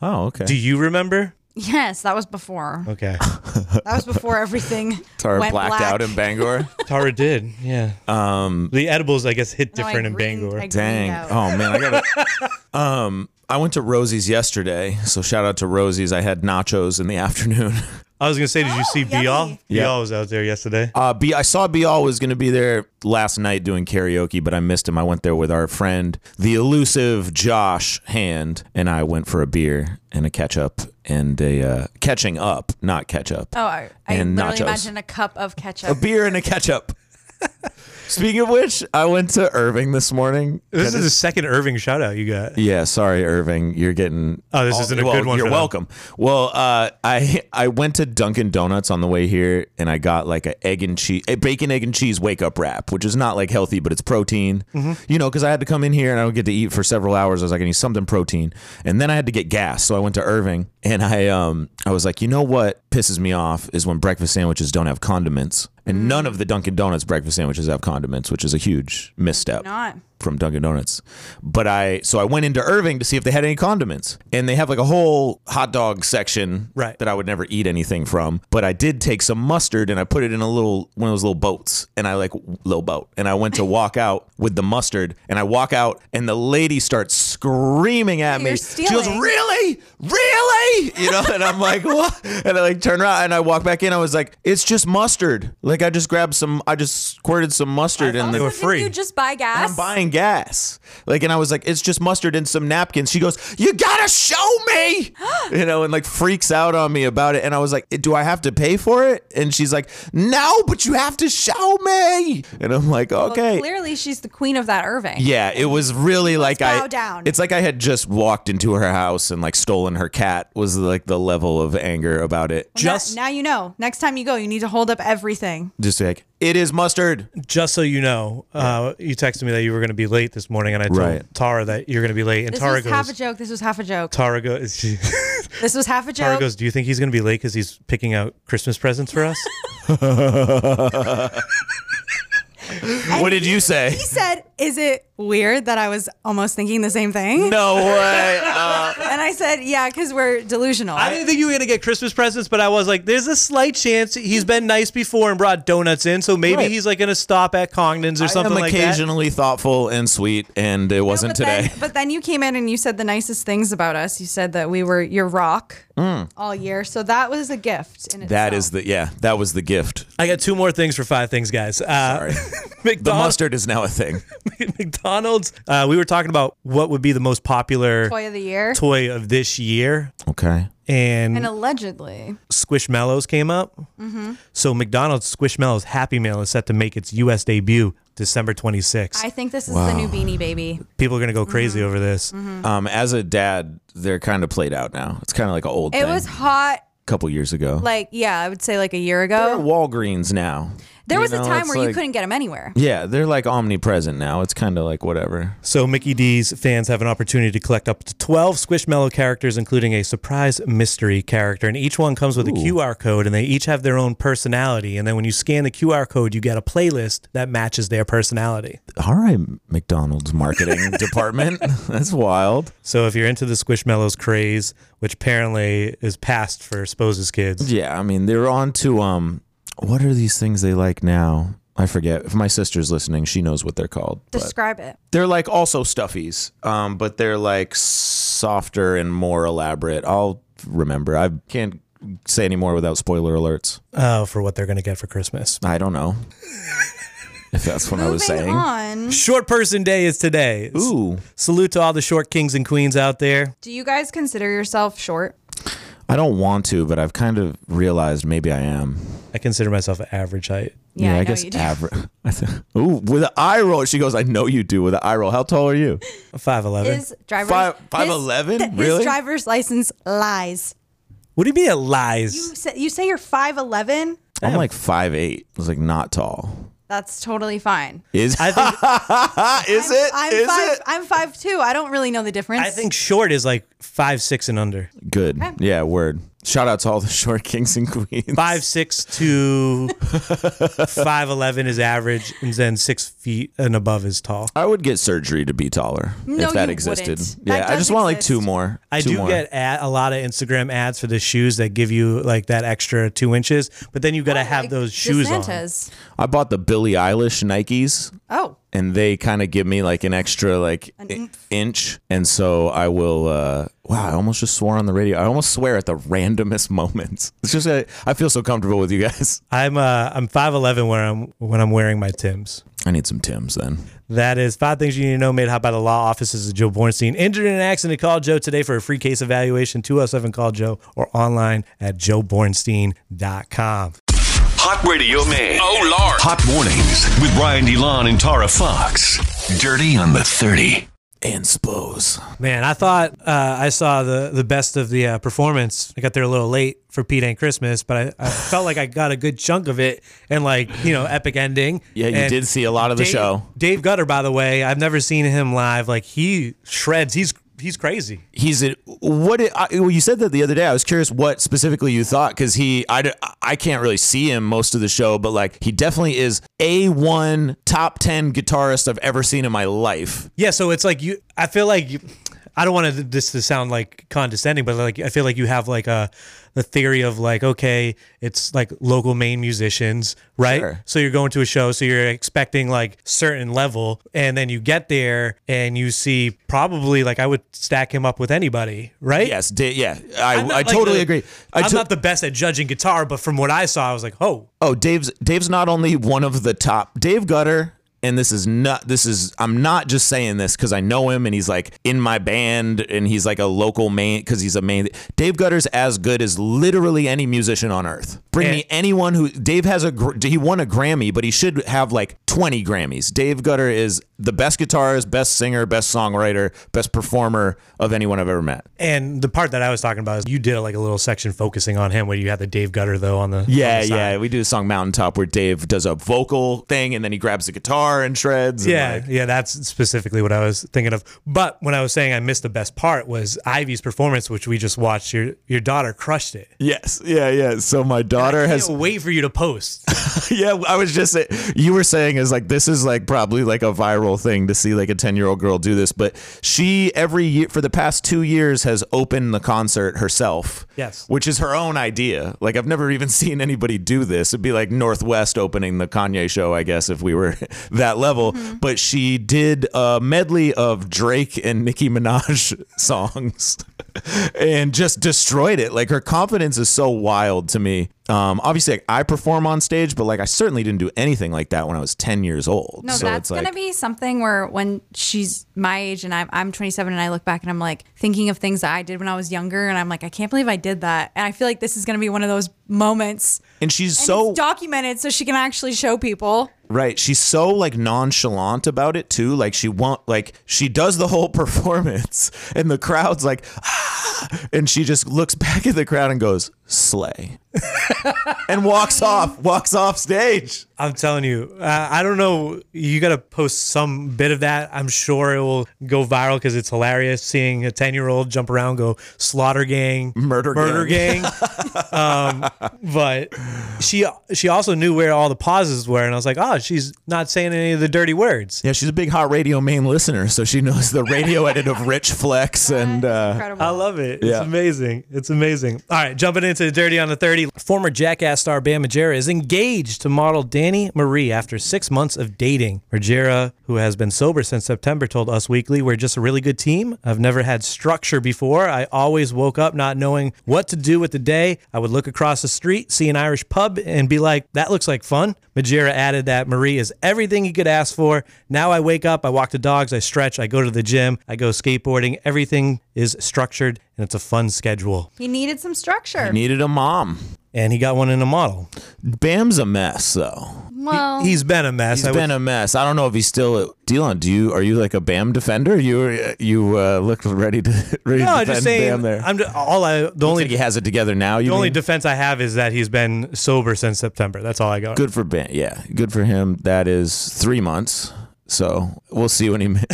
E: Oh, okay.
D: Do you remember?
F: Yes, that was before.
D: Okay,
F: That was before everything
E: Uh, *laughs* Tara
F: went
E: blacked
F: black.
E: out in Bangor.
F: *laughs*
D: *laughs* Tara did. Yeah. Um, the edibles, I guess, hit
F: No, I
D: different in
F: greened-
D: Bangor.
F: I greened
E: Dang.
F: out.
E: Oh man, I got
F: *laughs*
E: to Um I went to Rosie's yesterday, so shout out to Rosie's. I had nachos in the *laughs* afternoon.
D: I was gonna say, did you see
F: Oh, yummy.
D: Bial?
E: Yeah.
D: Bial was out there yesterday.
E: Uh, B, I saw Bial was going to be there last night doing karaoke, but I missed him. I went there with our friend, the elusive Josh Hand, and I went for a beer and a catch up and a uh, catching up, not catch up.
F: Oh, I, I
E: And
F: literally
E: nachos. Oh,
F: imagine a cup of ketchup.
E: A beer and a
F: *laughs*
E: catch up. Speaking of which, I went to Irving this morning.
D: This is the second Irving shout out you got.
E: Yeah, sorry, Irving. You're getting.
D: Oh, this isn't a
E: well,
D: good one
E: You're
D: for them.
E: welcome. Well, uh, I I went to Dunkin' Donuts on the way here, and I got like a egg and cheese, a bacon, egg and cheese wake up wrap, which is not like healthy, but it's protein.
D: Mm-hmm.
E: You know, because I had to come in here and I don't get to eat for several hours. I was like, I need something protein, and then I had to get gas, so I went to Irving, and I um I was like, you know what pisses me off is when breakfast sandwiches don't have condiments.
D: Mm.
E: And none of the Dunkin' Donuts breakfast sandwiches have condiments, which is a huge misstep
F: Not.
E: from Dunkin' Donuts. But I so I went into Irving to see if they had any condiments, and they have like a whole hot dog section
D: Right.
E: that I would never eat anything from. But I did take some mustard and I put it in a little one of those little boats, and I like little boat, and I
F: *laughs*
E: went to walk out with the mustard, and I walk out, and the lady starts screaming at me.
F: You're
E: She goes,
F: stealing.
E: "Really, really?" You know, and I'm like, "What?" And I like turn around and I walk back in. I was like, "It's just mustard." Like I just grabbed some, I just squirted some mustard, and
D: they
E: the
D: were
F: Didn't
D: free.
F: you just buy
E: and
F: gas?
E: I'm buying gas. Like, and I was like, it's just mustard and some napkins. She goes, you gotta show
F: *gasps*
E: me, you know, and like freaks out on me about it. And I was like, do I have to pay for it? And she's like, no, but you have to show me. And I'm like,
F: Well,
E: okay.
F: clearly, she's the queen of that Irving.
E: yeah, it was really like I.
F: bow down.
E: It's like I had just walked into her house and like stolen her cat. Was like the level of anger about it.
F: Now-
D: Just
F: now, you know. Next time you go, you need to hold up everything.
E: Just like It is mustard.
D: Just so you know, uh, you texted me that you were going to be late this morning, and I told
E: Right.
D: Tara that you're going to be late. And
F: This
D: Tara
F: was half a
D: goes,
F: joke. This was half a joke.
D: Tara goes, *laughs* she,
F: This was half a
D: Tara
F: joke.
D: goes, do you think he's going to be late because he's picking out Christmas presents for us?
E: What did you say?
F: he said, "Is it weird that I was almost thinking the same thing?"
E: No way.
F: *laughs*
E: Uh,
F: And I said, "Yeah, because we're delusional."
D: *laughs* I didn't think you were going to get Christmas presents, but I was like, there's a slight chance he's been nice before and brought donuts in, so maybe
E: Right.
D: he's like going to stop at Congdon's or
E: I
D: something
E: am
D: like that.
E: occasionally thoughtful and sweet, and it wasn't
F: but
E: today.
F: Then, but then you came in and you said the nicest things about us. You said that we were your rock all year. So that was a gift. In
E: Mm. *laughs* That
F: itself.
E: is the yeah. That was the gift.
D: I got two more things for five things, guys. Uh, *laughs*
E: Sorry. The
D: McDonald's,
E: mustard is now a thing.
D: *laughs* McDonald's. Uh, we were talking about what would be the most popular
F: toy of the year.
D: toy of this year,
E: Okay.
D: and,
F: and allegedly,
D: Squishmallows came up.
E: Mm-hmm.
D: So McDonald's Squishmallows Happy Meal is set to make its U.S. debut December 26th.
F: I think this is the new Beanie Baby.
D: People are gonna go
E: Mm-hmm.
D: crazy over this.
F: Mm.
E: Um, as a dad, they're kind of played out now. It's kind of like an old
F: It
E: thing.
F: was hot.
E: couple years ago.
F: Like yeah, I would say like a year
E: they're at
F: ago.
E: Walgreens now.
F: There
E: You
F: was a
E: know,
F: time
E: it's
F: where you
E: like-
F: couldn't get them anywhere.
E: Yeah, they're like omnipresent now. It's kind of like whatever.
D: So Mickey D's fans have an opportunity to collect up to 12 Squishmallow characters, including a surprise mystery character, and each one comes with a QR code, and they each have their own personality. And then when you scan the QR code, you get a playlist that matches their personality.
E: All right, McDonald's
F: *laughs*
E: marketing department. *laughs* That's wild.
D: So if you're into the Squishmallows craze, which apparently is past for Spose's kids,
E: Yeah, I mean they're on to um, what are these things they like now? I forget. If my sister's listening, she knows what they're called. But
F: Describe it.
E: they're like also stuffies, um, but they're like softer and more elaborate. I'll remember. I can't say any more without spoiler alerts.
D: oh, for what they're gonna get for Christmas.
E: I don't know *laughs* if that's what I was
F: Moving
E: saying.
F: on.
D: Short Person Day is today.
E: Ooh,
D: Salute to all the short kings and queens out there.
F: Do you guys consider yourself short?
E: I don't want to, but I've kind of realized maybe I am.
D: I consider myself average height.
E: Yeah, I,
F: know
E: guess
F: you do.
E: average. *laughs* Ooh, with an eye roll. She goes, I know you do with an eye roll. How tall are you?
D: Five eleven.
F: His driver's
E: Five- five
F: his-
E: eleven?
F: th- his
E: Really?
F: driver's license lies.
D: What do you mean it lies?
F: You say, you say you're five eleven.
E: I'm like five eight. I was like not tall.
F: That's totally fine.
E: Is
D: I think
E: is it?
F: I'm
E: Is
F: five.
E: it?
F: I'm five two. I don't really know the difference.
D: I think short is like five six and under.
E: Good. Yeah. Word. Shout out to all the *laughs* short kings and queens.
D: Five six to
E: *laughs*
D: five eleven is average, and then six feet and above is tall.
E: I would get surgery to be taller
F: No,
E: if that
F: you
E: existed.
F: wouldn't.
E: Yeah,
F: That
E: I
F: does
E: just want like
F: exist.
E: two more.
D: I
E: Two
D: do
E: more.
D: get ad, a lot of Instagram ads for the shoes that give you like that extra two inches, but then you got to have those shoes on.
F: DeSantis.
E: I bought the Billie Eilish Nikes,
F: Oh,
E: and they kind of give me like an extra like i- inch, and so I will. uh Wow, I almost just swore on the radio. I almost swear at the randomest *laughs* moments. It's just I, I feel so comfortable with you guys. *laughs*
D: I'm uh I'm five eleven when I'm when I'm wearing my Tims.
E: I need some Tims then.
D: That is five things you need to know made hot by the law offices of Joe Bornstein. Injured in an accident, call Joe today for a free case evaluation. 207 call Joe or online at joebornstein.com.
A: Hot Radio Man. Oh, Lord. Hot Mornings with Ryan DeLon and Tara Fox. Dirty on the 30.
E: And Spose.
D: Man, I thought uh, I saw the the best of the uh, performance. I got there a little late for Pete Ain't Christmas, but I, I felt like I got a good chunk of it and like you know epic ending.
E: Yeah, you
D: And
E: did see a lot of the
D: Dave-
E: show.
D: Dave Gutter, by the way, I've never seen him live. Like he shreds. He's he's crazy.
E: he's a, what it, I, well, you said that the other day i was curious what specifically you thought because he I, d- I can't really see him most of the show but like he definitely is a1 top 10 guitarist i've ever seen in my life
D: Yeah, so it's like you. I feel like you, I don't want to, this to sound like condescending, but like I feel like you have like a the theory of like okay, it's like local Maine musicians, right?
E: Sure.
D: So you're going to a show, so you're expecting like certain level, and then you get there and you see probably like I would stack him up with anybody, right?
E: yes da- yeah i,
D: I'm not,
E: I
D: like,
E: totally
D: the-
E: agree
D: I
E: I
D: am
E: to-
D: not the best at judging guitar, but from what I saw, I was like, oh,
E: oh dave's dave's not only one of the top dave gutter and this is not this is i'm not just saying this because i know him and he's like in my band and he's like a local main because he's a main dave gutter's as good as literally any musician on earth Bring
D: And-
E: me anyone who Dave has a gr- he won a Grammy, but he should have like 20 Grammys. Dave Gutter is the best guitarist, best singer, best songwriter, best performer of anyone I've ever met.
D: And the part that I was talking about is you did like a little section focusing on him where you had the Dave Gutter though on the
E: Yeah,
D: on the side.
E: yeah. We do a song Mountaintop where Dave does a vocal thing and then he grabs the guitar and shreds. and,
D: Yeah,
E: like-
D: yeah, that's specifically what I was thinking of. But when I was saying I missed the best part was Ivy's performance, which we just watched. Your your daughter crushed it.
E: yes. Yeah, yeah. So my daughter
D: Can't
E: has
D: wait for you to post.
E: *laughs* Yeah, I was just say- you were saying is like this is like probably like a viral thing to see like a 10-year-old girl do this, but she every year for the past 2 years has opened the concert herself.
D: Yes.
E: Which is her own idea. Like I've never even *laughs* seen anybody do this. It'd be like Northwest opening the Kanye show, I guess if we were *laughs* that level,
F: Mm-hmm.
E: but she did a medley of Drake and Nicki Minaj *laughs* songs and just destroyed it. Like her confidence is so wild to me. Um, obviously, like, I perform on stage, but like I certainly didn't do anything like that when I was ten years old.
F: No,
E: so
F: that's
E: it's like,
F: gonna be something where when she's my age and I'm I'm 27 and I look back and I'm like thinking of things that I did when I was younger and I'm like I can't believe I did that and I feel like this is gonna be one of those moments
E: and she's
F: and
E: so
F: it's documented so she can actually show people.
E: Right. She's so like nonchalant about it too. Like she won't like she does the whole *laughs* performance and the crowd's like "Ah," and she just looks back at the crowd and goes, Slay. *laughs* and walks off, walks off stage.
D: I'm telling you, uh, I don't know. You got to post some bit of that. I'm sure it will go viral because it's hilarious seeing a 10 year old jump around, go slaughter gang,
E: Murder
D: murder gang.
E: gang." *laughs*
D: um, but she she also knew where all the pauses were, and I was like, oh, she's not saying any of the dirty words.
E: Yeah, she's a big hot radio main listener, so she knows the radio edit of Rich Flex and uh
F: Incredible.
D: I love it.
E: Yeah.
D: It's amazing. It's amazing. All right, jumping into Dirty on the 30. Former Jackass star Bam Majera is engaged to model Danny Marie after six months of dating. Majera, who has been sober since September, told Us Weekly, We're just a really good team. I've never had structure before. I always woke up not knowing what to do with the day. I would look across the street, see an Irish pub, and be like, That looks like fun. Majera added that Marie is everything you could ask for. Now I wake up, I walk the dogs, I stretch, I go to the gym, I go skateboarding. Everything is structured and it's a fun schedule.
F: He needed some structure.
E: needed a mom.
D: And he got one in a model.
E: Bam's a mess though.
F: well,
D: He's been a mess.
E: He's
D: I would-
E: been a mess. I don't know if he's still Dylan. Do you are you like a Bam defender? You you uh, look ready to *laughs* ready
D: no,
E: to
D: I'm
E: defend
D: just saying.
E: Bam there.
D: I'm just, all I the only
E: Only he has it together now. You
D: the only
E: mean?
D: defense I have is that he's been sober since September. That's all I got.
E: good for Ben. Yeah, good for him. That is three months. So we'll see when he. Ma- *laughs*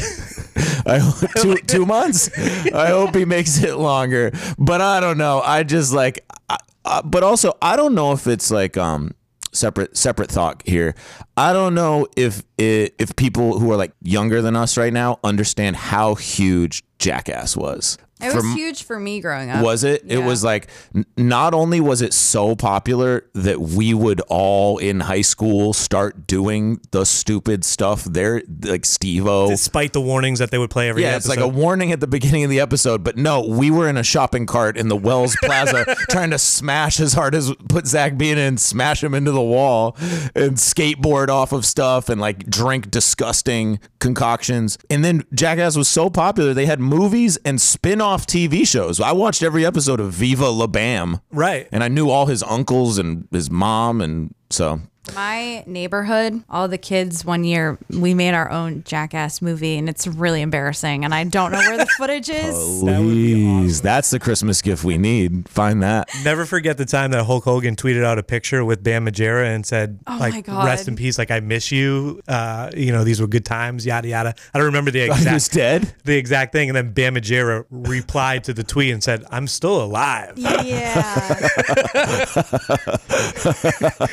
D: *laughs*
E: I hope two two months. I hope he makes it longer. But I don't know. I just like. I, I, but also, I don't know if it's like um separate separate thought here. I don't know if it, if people who are like younger than us right now understand how huge Jackass was.
F: it
E: For
F: was huge for me growing up.
E: was it? It
F: Yeah.
E: was like n- not only was it so popular that we would all in high school start doing the stupid stuff there, like Steve O.
D: Despite the warnings that they would play every
E: Yeah, it's
D: episode.
E: like a warning at the beginning of the episode, but no, we were in a shopping cart in the Wells Plaza trying to smash as hard as put Zach Bean in, smash him into the wall, and skateboard off of stuff and like drink disgusting concoctions. And then Jackass was so popular, they had movies and spin off TV shows. I watched every episode of Viva La Bam.
D: Right.
E: And I knew all his uncles and his mom, and so
F: My neighborhood, all the kids one year, we made our own jackass movie and it's really embarrassing. And I don't know where the footage
E: Oh.
F: is.
E: please, that's the Christmas gift we need. Find that.
D: Never forget the time that Hulk Hogan tweeted out a picture with Bam Majera and said,
F: Oh my
D: like,
F: God.
D: rest in peace, like, I miss you. Uh, you know, these were good times, yada, yada. I don't remember the
E: He was
D: exact,
E: dead.
D: the exact thing. And then Bam Majera replied to the tweet and said, I'm still alive.
F: Yeah.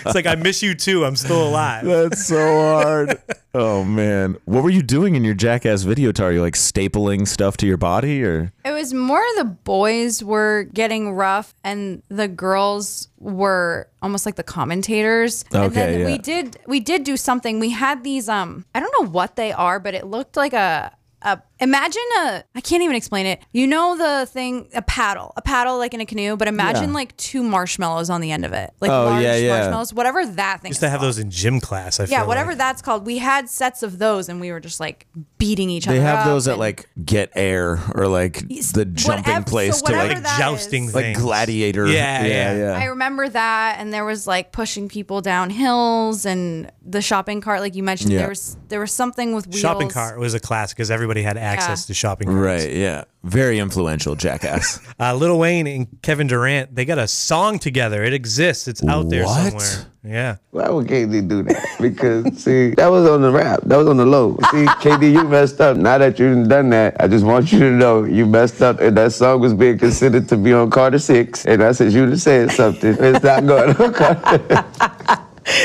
D: It's like, I miss you too. I'm still alive.
E: That's so hard. oh man, what were you doing in your jackass video? Tar, you like stapling stuff to your body, or
F: It was more the boys were getting rough and the girls were almost like the commentators. and then
E: Okay, yeah.
F: we did we did do something. We had these um I don't know what they are, but it looked like a a Imagine a I can't even explain it. You know the thing a paddle, a paddle like in a canoe, but imagine
E: Yeah.
F: like two marshmallows on the end of it, like
E: Oh,
F: large
E: yeah, yeah.
F: marshmallows, whatever that thing.
D: Used
F: is
D: to have
F: called.
D: those in gym class. I
F: Yeah,
D: feel
F: whatever
D: like.
F: that's called. We had sets of those, and we were just like beating each other.
E: They have
F: up
E: those at
F: and-
E: like Get Air or like the jumping
F: whatever- so
E: place to
F: whatever
E: like
F: that
D: jousting
F: is.
D: thing.
E: like
D: things.
E: Gladiator.
D: Yeah, yeah.
F: I remember that, and there was like pushing people down hills, and the shopping cart, like you mentioned,
E: Yeah.
F: there was there was something with wheels.
D: Shopping cart was a classic because everybody had access
F: Yeah.
D: to shopping carts.
E: Right, yeah. Very influential,
D: *laughs*
E: Jackass.
D: Uh, Lil Wayne and Kevin Durant, they got a song together. It exists. It's out there
E: What?
D: somewhere. Yeah.
H: Why would KD do that? Because *laughs* see, that was on the rap, that was on the low.
I: *laughs*
H: See, KD, you messed up. Now that you've done that, I just want you to know you messed up, and that song was being considered to be on Carter Six, and I said you to said something. It's not going on Carter.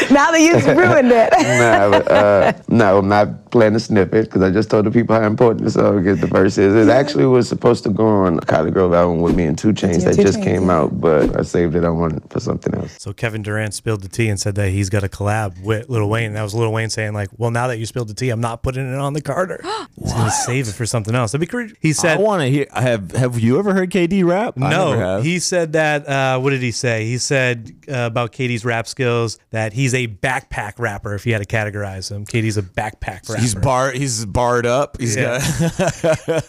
I: Now that you've ruined it.
H: Nah, but, uh, no, I'm not playing a snippet because I just told the people how important this song is. The verse is. It actually was supposed to go on Kylie Grove album with me and Two Chains
I: Yeah,
H: that
I: Two
H: just
I: Chainz,
H: came
I: yeah.
H: out, but I saved it. I wanted for something else.
D: So Kevin Durant spilled the tea and said that he's got a collab with Lil Wayne. That was Lil Wayne saying like, "Well, now that you spilled the tea, I'm not putting it on the Carter. He's gonna save it for something else." That'd be crazy. He
E: I
D: said,
E: want to hear. Have Have you ever heard KD rap? I never
D: "No."
E: have.
D: He said that. Uh, what did he say? He said uh, about Katie's rap skills that he's a backpack rapper. If you had to categorize him, Katie's a backpack rapper.
E: He's bar he's barred up. He's
D: Yeah.
E: got *laughs*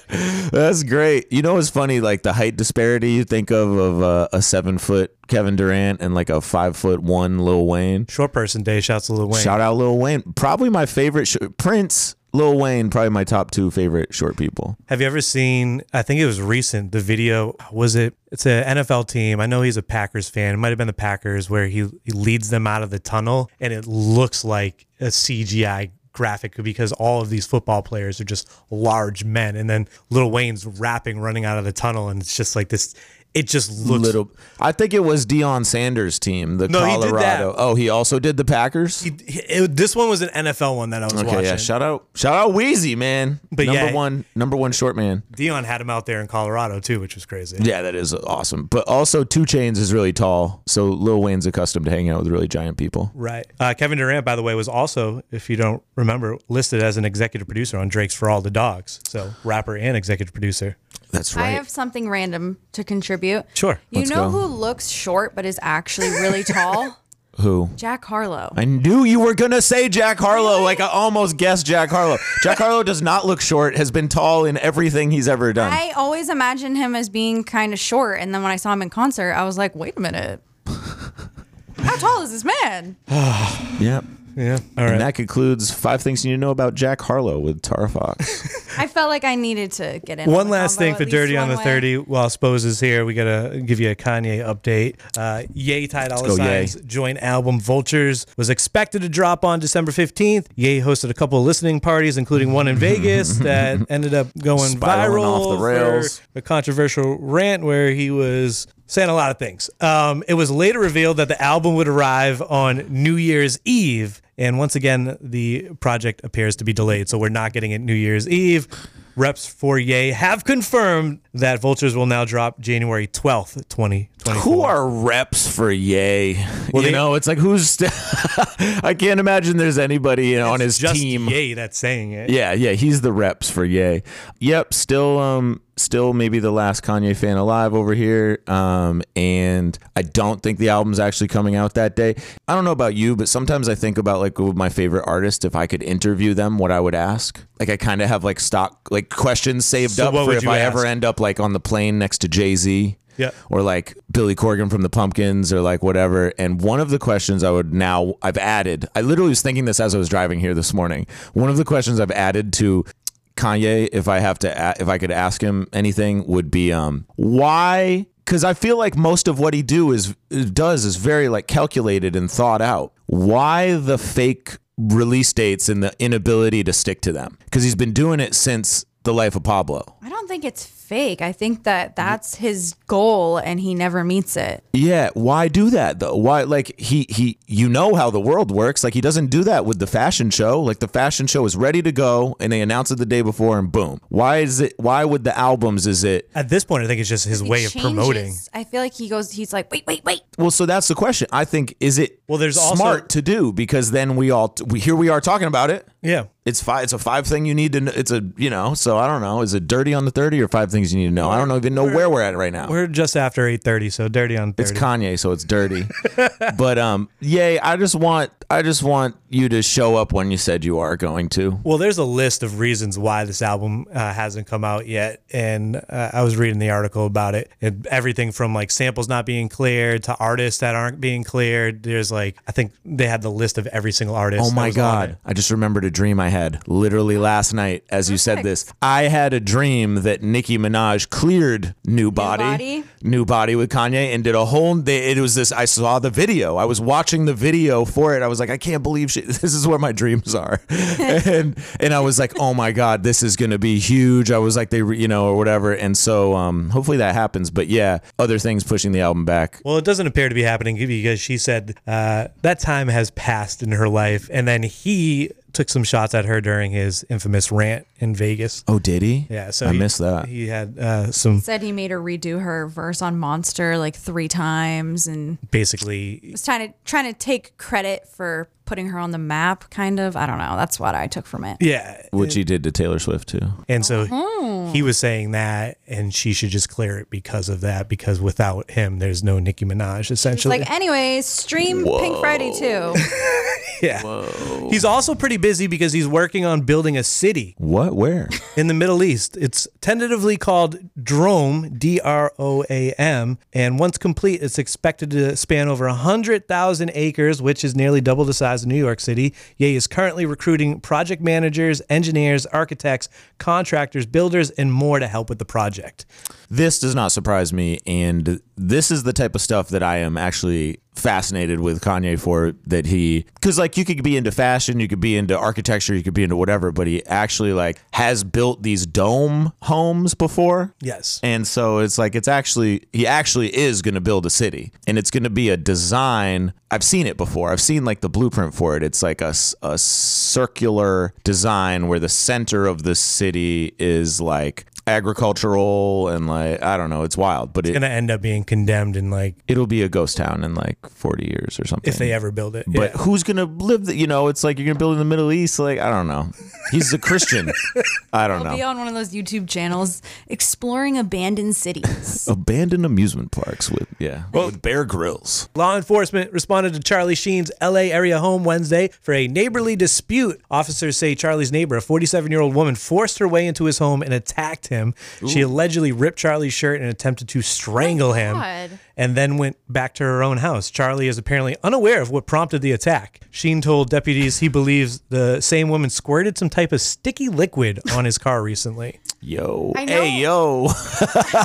E: That's great. You know what's funny? Like the height disparity you think of of uh, a seven foot Kevin Durant and like a five foot one Lil Wayne.
D: Short person day. Shouts to Lil Wayne.
E: Shout out Lil Wayne. Probably my favorite sh- Prince, Lil Wayne, probably my top two favorite short people.
D: Have you ever seen? I think it was recent. The video was it? It's an NFL team. I know he's a Packers fan. It might have been the Packers where he, he leads them out of the tunnel, and it looks like a CGI graphic because all of these football players are just large men, and then Little Wayne's rapping, running out of the tunnel, and it's just like this. It just looks.
E: Little I think it was Deion Sanders team, the
D: No, he
E: Colorado.
D: did that.
E: Oh, he also did the Packers?
D: It- it- this one was an NFL one that I was
E: okay,
D: watching.
E: yeah. Shout out shout out Wheezy, man.
D: But
E: number
D: yeah.
E: one number one short man.
D: Dion had him out there in Colorado too, which was crazy.
E: Yeah, that is awesome. But also, Two Chains is really tall, so Lil Wayne's accustomed to hanging out with really giant people.
D: Right. Uh, Kevin Durant, by the way, was also, if you don't remember, listed as an executive producer on Drake's For All the Dogs. So rapper and executive producer.
E: That's
F: I
E: right.
F: have something random to contribute.
D: Sure.
F: You
E: Let's
F: know
E: go.
F: who looks short but is actually
E: *laughs*
F: really tall?
E: Who?
F: Jack Harlow.
E: I knew you were gonna say Jack Harlow. Like I almost guessed Jack Harlow. Jack Harlow does not look short. Has been tall in everything he's ever done.
F: I always imagine him as being kind of short, and then when I saw him in concert, I was like, "Wait a minute, how tall is this man?"
E: yep.
D: Yeah. All right.
E: And that concludes five things you need to know about Jack Harlow with
D: *laughs*
E: Tara Fox.
F: I felt like I needed to get in. on
D: one
F: the
D: last
F: combo
D: thing
F: at
D: for
F: least
D: Dirty on
F: one
D: the
F: way.
D: 30 while Spose is here. We got to give you a Kanye update. Uh, Yay, Ty Dolla
E: go, Ye.
D: Sign's joint album Vultures was expected to drop on December 15th. Ye hosted a couple of listening parties, including
E: *laughs*
D: one in Vegas that ended up going
E: Spiraling
D: viral.
E: off the
D: for
E: rails.
D: A controversial rant where he was saying a lot of things. Um, it was later revealed that the album would arrive on New Year's Eve. And once again, the project appears to be delayed. So we're not getting it New Year's Eve. Reps for Ye have confirmed that Vultures will now drop January 12th, 2024.
E: Who are reps for Yay? you
D: they-
E: know, it's like who's. *laughs* I can't imagine there's anybody you know, on his
D: just
E: team.
D: Ye that's saying it.
E: Yeah, yeah, he's the reps for Yay. Yep, still um still maybe the last Kanye fan alive over here. Um and I don't think the album's actually coming out that day. I don't know about you, but sometimes I think about like with my favorite artist if I could interview them, what I would ask. Like I kind of have like stock like questions saved
D: So
E: up
D: what
E: for
D: would
E: if
D: you
E: I ever
D: ask?
E: end up like on the plane next to Jay-Z.
D: Yeah.
E: Or like Billy Corgan from the Pumpkins or like whatever. And one of the questions I would now, I've added, I literally was thinking this as I was driving here this morning. One of the questions I've added to Kanye, if I have to, a- if I could ask him anything, would be um, why? Because I feel like most of what he do is does is very like calculated and thought out. Why the fake release dates and the inability to stick to them? Because he's been doing it since the life of Pablo.
F: I don't think it's fake. I think that that's his goal and he never meets it.
E: Yeah, why do that though? Why like he he you know how the world works. Like he doesn't do that with the fashion show. Like the fashion show is ready to go and they announce it the day before and boom. Why is it why with the albums is it
D: At this point, I think it's just his
F: He
D: way of promoting.
F: changes. I feel like he goes he's like, "Wait, wait, wait.
E: Well, so that's the question. I think is it
D: Well, there's also-
E: smart to do because then we all we, here we are talking about it.
D: Yeah.
E: It's five. It's a five thing you need to. Know. It's a you know. So I don't know. Is it dirty on the thirty or five things you need to know? I don't even know where we're at right now.
D: We're just after 8.30, so dirty on 30.
E: It's Kanye, so it's dirty. but um, yay! I just want I just want you to show up when you said you are going to.
D: Well, there's a list of reasons why this album uh, hasn't come out yet, and uh, I was reading the article about it. And everything from like samples not being cleared to artists that aren't being cleared. There's like I think they had the list of every single artist.
E: Oh
D: that
E: my
D: was on
E: God.
D: it.
E: I just remembered a dream I had literally last night as you said this. I had a dream that Nicki Minaj cleared New Body,
F: Body?
E: New Body with Kanye and did a whole, they, it was this, I saw the video. I was watching the video for it. I was like, I can't believe she, *laughs* this is where my dreams are. and, and I was like, oh my God, this is going to be huge. I was like, they, re- you know, or whatever. And so um, hopefully that happens. But yeah, other things pushing the album back.
D: Well, it doesn't appear to be happening because she said uh, that time has passed in her life, and then he took some shots at her during his infamous rant in Vegas.
E: Oh, did he?
D: Yeah, so
E: I
D: he-
E: missed that.
D: He had uh, some
F: Said he made her redo her verse on Monster like 3 times and
D: basically
F: was trying to trying to take credit for putting her on the map kind of. I don't know. That's what I took from it.
D: yeah,
E: Which he did to Taylor Swift too.
D: And so he was saying that, and she should just clear it because of that. Because without him, there's no Nicki Minaj.
F: It's
D: Essentially,
F: like, anyways, stream Pink Friday too.
D: *laughs* yeah. He's also pretty busy because he's working on building a city
E: What? Where?
D: in the Middle East. It's tentatively called Drome, D R O A M, and once complete, it's expected to span over 100,000 acres, which is nearly double the size of New York City. Ye is currently recruiting project managers, engineers, architects, contractors, builders, and more to help with the project.
E: this does not surprise me and this is the type of stuff that i am actually fascinated with kanye for that he because like you could be into fashion you could be into architecture you could be into whatever but he actually like has built these dome homes before
D: Yes.
E: and so it's like it's actually he actually is going to build a city and it's going to be a design i've seen it before i've seen like the blueprint for it it's like a, s- a circular design where the center of the city is like agricultural and like i don't know it's wild but it,
D: gonna end up being condemned in like
E: it'll be a ghost town in like 40 years or something
D: if they ever build it.
E: but
D: Yeah.
E: who's gonna live? The, you know, it's like you're gonna build in the Middle East. Like I don't know. He's
F: *laughs*
E: a Christian. I don't
F: I'll be
E: know.
F: on one of those YouTube channels exploring abandoned cities.
E: Abandoned amusement parks with yeah with Bear grills.
D: law enforcement responded to Charlie Sheen's LA area home Wednesday for a neighborly dispute. Officers say Charlie's neighbor, a 47 year old woman, forced her way into his home and attacked him. She allegedly ripped Charlie's shirt and attempted to strangle him
F: Oh God.
D: and then went back to her own house. Charlie is apparently unaware of what prompted the attack. Sheen told deputies he believes the same woman squirted some type of sticky liquid on his car recently.
E: Yo.
F: I know.
E: Hey, yo.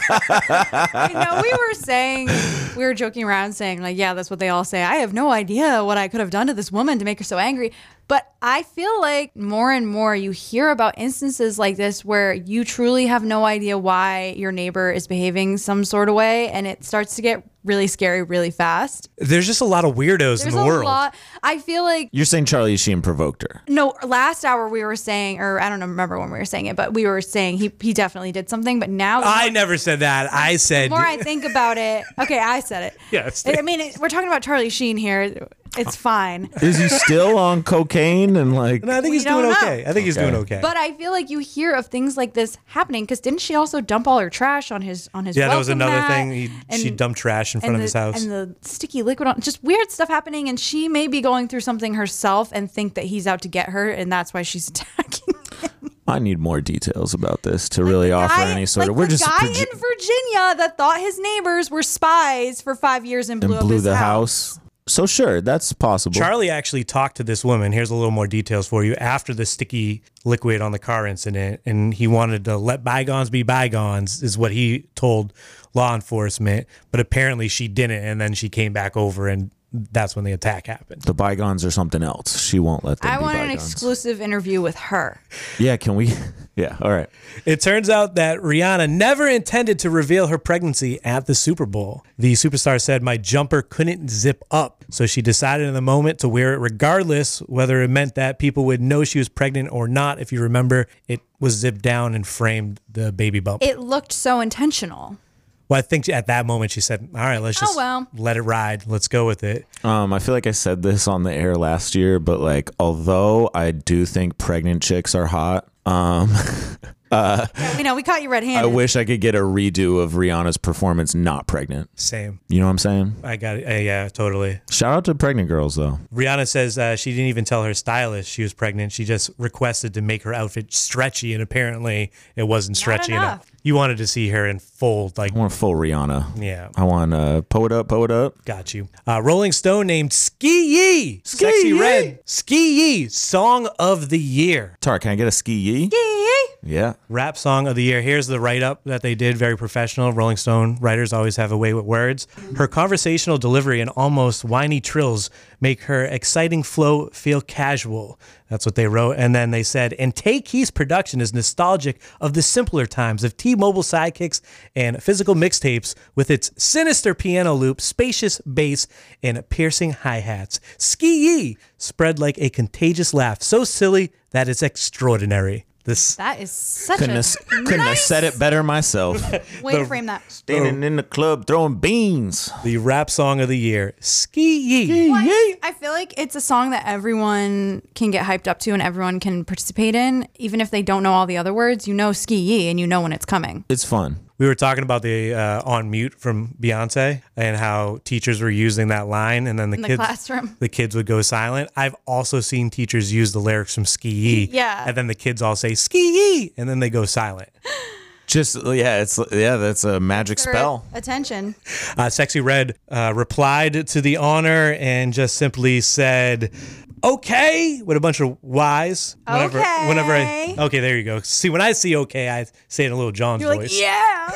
F: I know we were saying we were joking around saying like, yeah, that's what they all say. I have no idea what I could have done to this woman to make her so angry. But I feel like more and more you hear about instances like this where you truly have no idea why your neighbor is behaving some sort of way and it starts to get really scary really fast.
D: There's just a lot of weirdos
F: There's
D: in the
F: a
D: world.
F: lot I feel like
E: You're saying Charlie Sheen provoked her.
F: no, last hour we were saying, or I don't remember when we were saying it, but we were saying he he definitely did something. But now the
D: I
F: more-
D: never said that. I
F: the
D: said
F: more I think about it, okay, I said it.
D: Yes.
F: I mean, it, we're talking about Charlie Sheen here. It's fine.
E: Is he still on cocaine and like
D: No, I think
F: We
D: he's doing
F: don't know.
D: okay. I think he's
E: Okay.
D: doing okay.
F: But I feel like you hear of things like this happening because didn't she also dump all her trash on his on his
D: yeah, that was
F: welcome
D: another
F: mat
D: thing. He, she
F: and-
D: dumped trash in
F: and
D: front of
F: the-
D: his house.
F: and the sticky liquid on just weird stuff happening and she may be going through something herself and think that he's out to get her and that's why she's *laughs* attacking
E: I need more details about this to really offer
F: guy-
E: any sort
F: like
E: of we're
F: the
E: just
F: guy
E: proje-
F: in Virginia that thought his neighbors were spies for five years and blew,
E: and
F: up
E: blew
F: his
E: the
F: house.
E: house. So sure, that's possible.
D: Charlie actually talked to this woman. Here's a little more details for you after the sticky liquid on the car incident. And he wanted to let bygones be bygones, is what he told law enforcement. But apparently she didn't. And then she came back over and that's when the attack happened.
E: The bygones are something else. She won't let them
F: I
E: be
F: want an
E: bygones.
F: exclusive interview with her.
E: Yeah, can we? *laughs* Yeah, all right.
D: It turns out that Rihanna never intended to reveal her pregnancy at the Super Bowl. The superstar said, My jumper couldn't zip up. So she decided in the moment to wear it regardless whether it meant that people would know she was pregnant or not. If you remember, it was zipped down and framed the baby bump.
F: It looked so intentional.
D: well, I think at that moment she said, All right, let's
F: Oh,
D: just
F: well.
D: let it ride. Let's go with it.
E: Um, I feel like I said this on the air last year, but like, although I do think pregnant chicks are hot, um, *laughs*
F: You know, we caught you
E: I
F: red-handed.
E: wish I could get a redo of Rihanna's performance not pregnant.
D: Same.
E: You know what I'm saying?
D: I got it. Uh, yeah, totally.
E: Shout out to pregnant girls though.
D: Rihanna says uh, she didn't even tell her stylist she was pregnant. She just requested to make her outfit stretchy, and apparently it wasn't stretchy enough.
F: enough.
D: You wanted to see her in full, like,
E: I want a full Rihanna.
D: Yeah.
E: I want uh, poet up, poet up.
D: got you. Uh, Rolling Stone named Ski Yee, Sexy
E: Yee!
D: Red, Ski Yee, Song of the Year,
E: Tara, can I get a ski yee? Yeah.
D: Rap Song of the Year. Here's the write up that they did, very professional. Rolling Stone writers always have a way with words. Her conversational delivery and almost whiny trills make her exciting flow feel casual. That's what they wrote. And then they said, and Tay Keith's production is nostalgic of the simpler times of T Mobile sidekicks and physical mixtapes with its sinister piano loop, spacious bass, and piercing hi hats. Ski Yee spread like a contagious laugh, so silly that it's extraordinary. This
F: that is such
E: Couldn't,
F: a
E: have, couldn't have said it better myself.
F: way to frame that.
E: *laughs* Standing in the club throwing beans.
D: the rap song of the year, Ski Yee.
F: Well, I- I feel like it's a song that everyone can get hyped up to and everyone can participate in, even if they don't know all the other words. You know ski yee and you know when it's coming.
E: It's fun.
D: We were talking about the uh, on mute from Beyonce and how teachers were using that line, and then the,
F: In the
D: kids,
F: classroom.
D: the kids would go silent. I've also seen teachers use the lyrics from Ski Yee,
F: Yeah.
D: and then the kids all say Ski Yee, and then they go silent.
E: Just yeah, it's yeah, that's a magic spell.
F: Attention.
D: Uh, Sexy Red uh, replied to the honor and just simply said, "Okay," with a bunch of Y's. Whenever, whenever I
F: Okay.
D: okay, there you go. See, when I see "okay," I say it in a little John's
F: You're like,
D: voice.
F: yeah.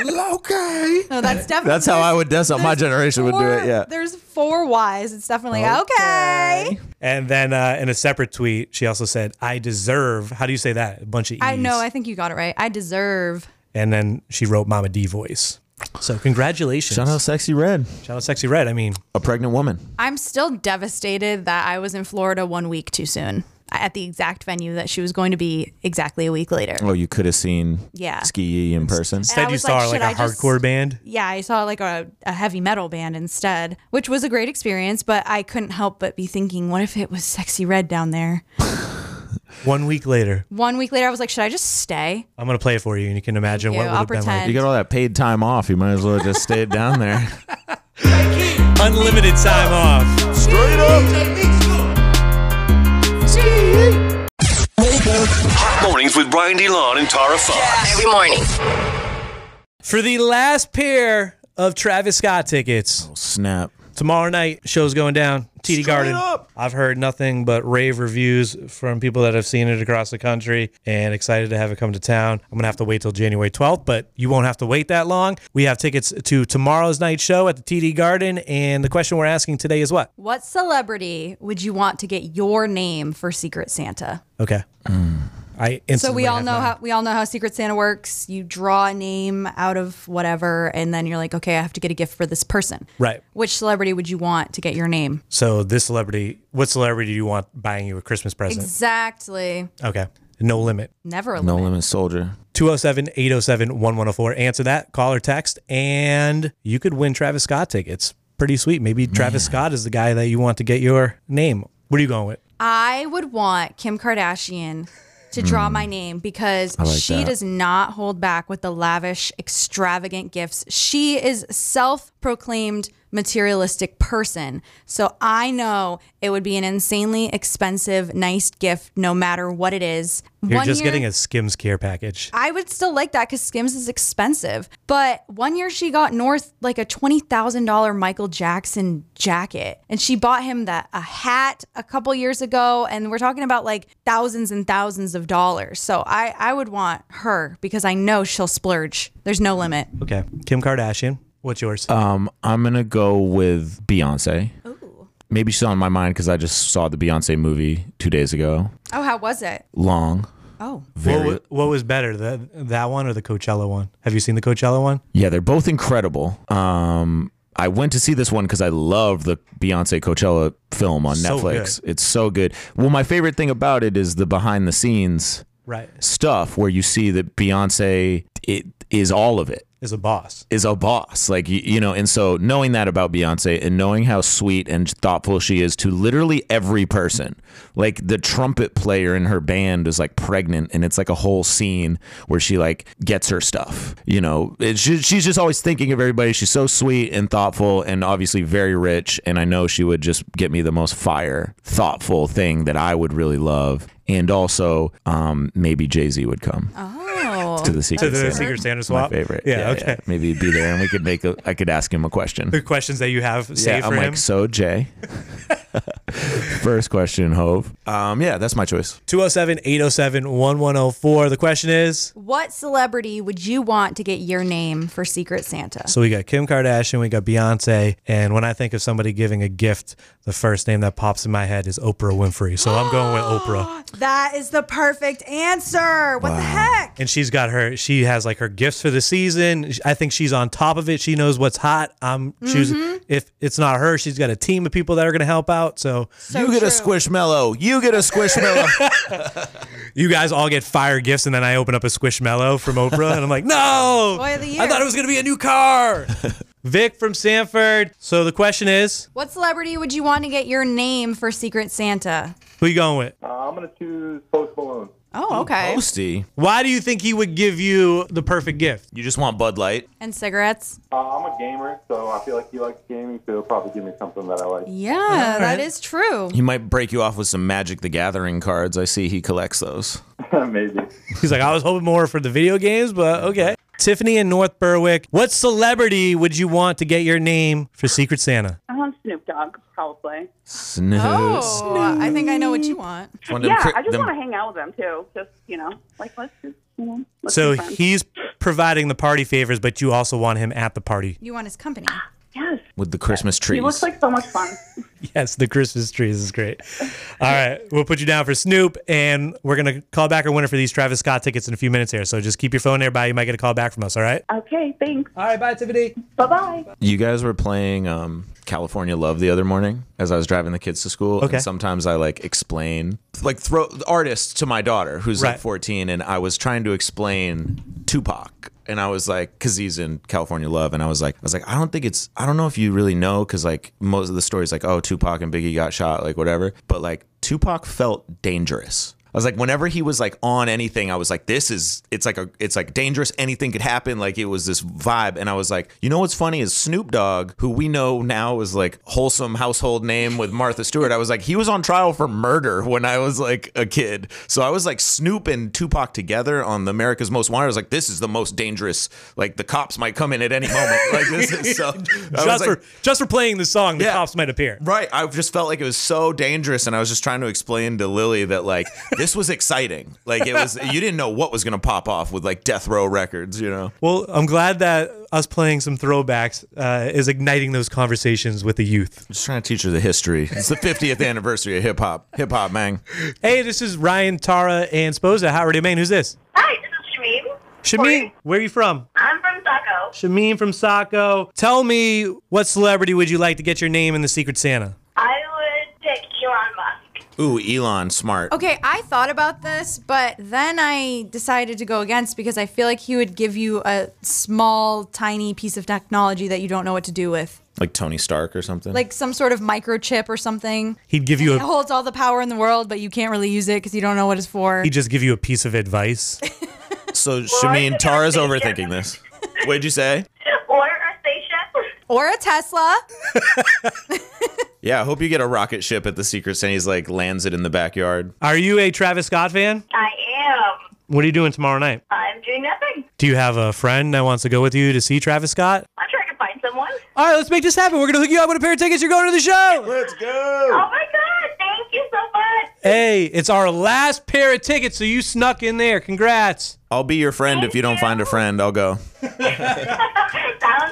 E: Okay.
F: No,
E: *laughs*
F: that's definitely.
E: That's how I would. That's how my generation would do
F: four-
E: it. Yeah.
F: There's four Y's. It's definitely okay.
D: And then uh, in a separate tweet, she also said, I deserve, how do you say that? A bunch of E's.
F: I know. I think you got it right. I deserve.
D: and then she wrote Mama D voice. So congratulations.
E: Shout out sexy red,
D: Shout out Sexy Red. I mean,
E: a pregnant woman.
F: I'm still devastated that I was in Florida one week too soon at the exact venue that she was going to be exactly a week later.
E: Oh, you could have seen
F: Yeah.
E: Ski Yee in person.
D: said you
F: was
D: saw
F: like,
D: her like
F: should
D: a
F: I just-
D: hardcore band.
F: yeah, I saw like a, a heavy metal band instead, which was a great experience, but I couldn't help but be thinking, what if it was Sexy Red down there?
D: One week later,
F: One week later, I was like, should I just stay?
D: I'm going to play it for you and you can imagine
F: you.
D: what would
F: I'll
D: have been like.
E: You got all that paid time off. You might as well just stayed down *laughs* there.
D: Unlimited time off.
A: Hot mornings with Brian DeLon and Tara Fox.
G: Every morning.
D: For the last pair of Travis Scott tickets,
E: Snap.
D: tomorrow night, show's going down. TD Garden.
E: up.
D: I've heard nothing but rave reviews from people that have seen it across the country and excited to have it come to town. I'm going to have to wait till January 12th, but you won't have to wait that long. We have tickets to tomorrow's night show at the TD Garden. And the question we're asking today is what?
F: What celebrity would you want to get your name for Secret Santa?
D: Okay. I
F: So
D: instantly
F: we all
D: have
F: know
D: mine.
F: how we all know how Secret Santa works. You draw a name out of whatever, and then you're like, okay, I have to get a gift for this person.
D: Right.
F: Which celebrity would you want to get your name?
D: So this celebrity, what celebrity do you want buying you a Christmas present?
F: Exactly.
D: okay. No limit.
F: Never a
E: No
F: limit.
E: limit soldier.
D: 207 807 1104. Answer that, call or text, and you could win Travis Scott tickets. Pretty sweet. Maybe Travis Scott is the guy that you want to get your name. What are you going with?
F: I would want Kim Kardashian to draw my name because
E: like
F: she
E: that.
F: does not hold back with the lavish, extravagant gifts. She is self-proclaimed materialistic person. So I know it would be an insanely expensive, nice gift no matter what it is.
D: You're just getting a Skims care package.
F: I would still like that because Skims is expensive. But one year she got North like a twenty thousand dollar Michael Jackson jacket, and she bought him that a hat a couple years ago, and we're talking about like thousands and thousands of dollars. So I I would want her because I know she'll splurge. There's no limit.
D: Okay. Kim Kardashian. What's yours?
E: Um, I'm gonna go with Beyonce.
F: Ooh.
E: Maybe she's on my mind because I just saw the Beyonce movie two days ago.
F: Oh, how was it?
E: Long,
F: Oh,
E: very.
D: what, wa- what was better, the, that one or the Coachella one? Have you seen the Coachella one?
E: Yeah, they're both incredible. Um, I went to see this one because I love the Beyonce Coachella film on
D: So
E: Netflix. It's so good. Well, my favorite thing about it is the behind the scenes
D: Right.
E: stuff where you see that Beyonce it is all of it.
D: Is a boss.
E: Is a boss, like you, you know, and so knowing that about Beyonce and knowing how sweet and thoughtful she is to literally every person, like the trumpet player in her band is like pregnant, and it's like a whole scene where she like gets her stuff. You know, it, she, she's just always thinking of everybody. She's so sweet and thoughtful, and obviously very rich. And I know she would just get me the most fire, thoughtful thing that I would really love. And also, um, maybe Jay Z would come
F: oh.
E: to the secret
D: the
E: Santa.
D: Secret Santa swap?
E: My favorite.
D: Yeah, okay.
E: Maybe he'd be there, and we could make. A, I could ask him a question.
D: The questions that you have saved
E: yeah,
D: for
E: I'm like,
D: him.
E: so Jay. *laughs* First question, Hove. Um, yeah, that's my choice.
D: 207 807 1104. The question is
F: What celebrity would you want to get your name for Secret Santa?
D: So we got Kim Kardashian, we got Beyonce, and when I think of somebody giving a gift, the first name that pops in my head is Oprah Winfrey. So I'm going with Oprah.
F: That is the perfect answer. What the heck?
D: And she's got her, she has like her gifts for the season. I think she's on top of it. She knows what's hot. Um, she's,
F: Mm-hmm.
D: if it's not her, she's got a team of people that are going to help out. So
E: you get a squishmallow.
B: *laughs*
E: You get a squishmallow.
D: you guys all get fire gifts, and then I open up a Squishmallow from Oprah, and I'm like, *laughs* no!
F: Boy of the
D: I
F: year."
D: thought it was going to be a
F: *laughs*
D: new car. Vic from Sanford. So the question is,
F: What celebrity would you want to get your name for Secret Santa?
D: who you going with?
J: I'm gonna choose Post Malone.
F: Oh, okay.
E: Posty.
D: Why do you think he would give you the perfect gift? *laughs*
E: You just want Bud Light.
F: And cigarettes?
J: Uh, I'm a gamer, so I feel like he likes gaming, so he'll probably give me something that I like.
F: Yeah,
D: right.
F: that is true.
E: He might break you off with some Magic the Gathering cards. I see he collects those.
J: Maybe.
D: He's like, I was hoping more for the video games, but okay. Tiffany in North Berwick, what celebrity would you want to get your name for Secret Santa?
B: Um, Snoop Dogg, probably.
E: Snooze.
F: Oh, I think I know what you want.
E: One of them
B: Yeah,
E: cri-
B: I just
E: them-
B: want to hang out with them too. Just you know, like let's just you know. Let's
D: So
B: be friends.
D: he's providing the party favors, but you also want him at the party.
F: You want his company.
B: yes,
E: with the Christmas trees.
B: he looks like so much fun.
D: *laughs* Yes, the Christmas trees is great. All right, we'll put you down for Snoop, and we're gonna call back our winner for these Travis Scott tickets in a few minutes here. So just keep your phone there, by you might get a call back from us. All right.
B: Okay, thanks.
D: All right, bye, Tiffany.
B: Bye bye.
E: You guys were playing um, California Love the other morning as I was driving the kids to school.
D: Okay.
E: And sometimes I like explain, like throw artists to my daughter who's
D: Right.
E: like 14, and I was trying to explain Tupac. And I was like, because he's in California Love, and I was like, I was like, I don't think it's, I don't know if you really know, because like most of the stories, like, oh, Tupac and Biggie got shot, like whatever. But like Tupac felt dangerous. I was like, whenever he was like on anything, I was like, this is it's like a it's like dangerous. Anything could happen. Like it was this vibe, and I was like, you know what's funny is Snoop Dogg, who we know now is like wholesome household name with Martha Stewart. I was like, he was on trial for murder when I was like a kid. So I was like Snoop and Tupac together on the America's Most Wanted. I was like, this is the most dangerous. Like the cops might come in at any moment. Like this is so. I was
D: Just
E: like-
D: for just for playing the song, the
E: Yeah.
D: cops might appear.
E: Right. I just felt like it was so dangerous. And I was just trying to explain to Lily that, like, this was exciting. Like, it was, you didn't know what was going to pop off with, like, Death Row Records, you know?
D: Well, I'm glad that us playing some throwbacks uh, is igniting those conversations with the youth.
E: Just trying to teach her the history. It's
F: *laughs*
E: the 50th anniversary of hip hop. Hip hop, man.
D: Hey, this is Ryan, Tara, and Sposa. How are you, man? Who's this?
B: Hi, this is Shameen.
D: Shameen, where are you from?
B: I'm from Saco.
D: Shameen from Saco. Tell me, what celebrity would you like to get your name in the Secret Santa?
B: I would pick Elon Musk. *laughs*
E: Ooh, Elon, smart.
F: Okay, I thought about this, but then I decided to go against because I feel like he would give you a small, tiny piece of technology that you don't know what to do with,
E: Like Tony Stark or something.
F: like some sort of microchip or something.
D: He'd give you
F: It
D: a
F: holds all the power in the world, but you can't really use it because you don't know what it's for.
D: he'd just give you a piece of advice.
E: so, Shameen, Tara's overthinking this. What'd you say?
B: Or a spaceship.
F: or a Tesla.
E: Yeah, I hope you get a rocket ship at the Secret Santa. He's like, lands it in the backyard.
D: Are you a Travis Scott fan?
B: I am.
D: What are you doing tomorrow night?
B: I'm doing nothing.
D: Do you have a friend that wants to go with you to see Travis Scott?
B: I'm trying to find someone.
D: All right, let's make this happen. We're gonna hook you up with a pair of tickets. You're going to the show.
E: Let's go.
B: Oh my god! Thank you so much.
D: Hey, it's our last pair of tickets, so you snuck in there. Congrats.
E: I'll be your friend if you don't find a friend. I'll go.
B: *laughs* Sounds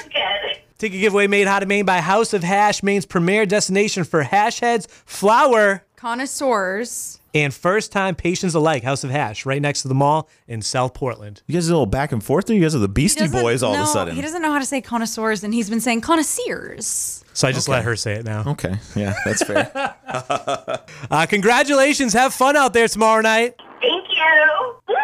B: good.
D: Ticket giveaway made hot in Maine by House of Hash, Maine's premier destination for hash heads, flour,
F: Connoisseurs.
D: and first time patients alike. House of Hash, right next to the mall in South Portland.
E: You guys are a little back and forth there. You guys are the Beastie
F: doesn't
E: Boys all of a
F: know-
E: sudden.
F: He doesn't know how to say connoisseurs, and he's been saying connoisseurs.
D: So I just let her say it now.
E: okay. Yeah, that's
F: *laughs*
E: fair.
D: Uh, congratulations. Have fun out there tomorrow night.
B: Thank you. Woo!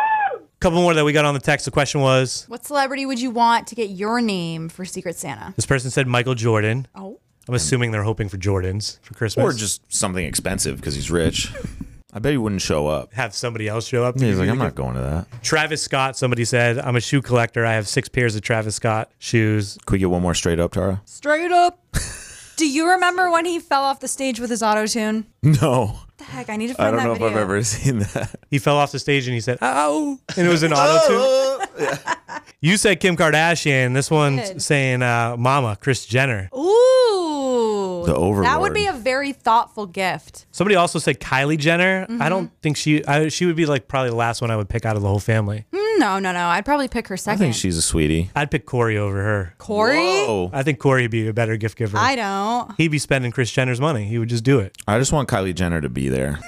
D: Couple more that we got on the text. The question was
F: What celebrity would you want to get your name for Secret Santa?
D: this person said Michael Jordan.
F: Oh.
D: I'm assuming they're hoping for Jordans for Christmas.
E: or just something expensive because he's rich. I bet he wouldn't show up.
D: have somebody else show up. to
E: He's
D: give
E: like,
D: you
E: I'm
D: the
E: not going to that.
D: gift." Travis Scott, somebody said, I'm a shoe collector. I have six pairs of Travis Scott shoes.
E: Could we get one more straight up, Tara? *laughs*
F: Straight up. Do you remember when he fell off the stage with his auto tune?
E: No.
F: Heck, I need to find
E: I don't
F: that
E: know if
F: video.
E: I've ever *laughs* seen that.
D: He fell off the stage and he said, "Ow!" And it was an auto tune. *laughs* You said Kim Kardashian. This one's
F: did.
D: saying uh, "Mama," Chris Jenner.
F: Ooh.
E: The Overlord.
F: That would be a very thoughtful gift.
D: Somebody also said Kylie Jenner.
F: Mm-hmm.
D: I don't think she. I, she would be like probably the last one I would pick out of the whole family.
F: No, no, no. I'd probably pick her
E: I
F: second.
E: think she's a sweetie.
D: I'd pick Corey over her.
F: Corey?
E: Whoa.
D: I think Corey would be a better gift giver.
F: I don't.
D: He'd be spending Chris Jenner's money. He would just do it.
E: I just want Kylie Jenner to be there.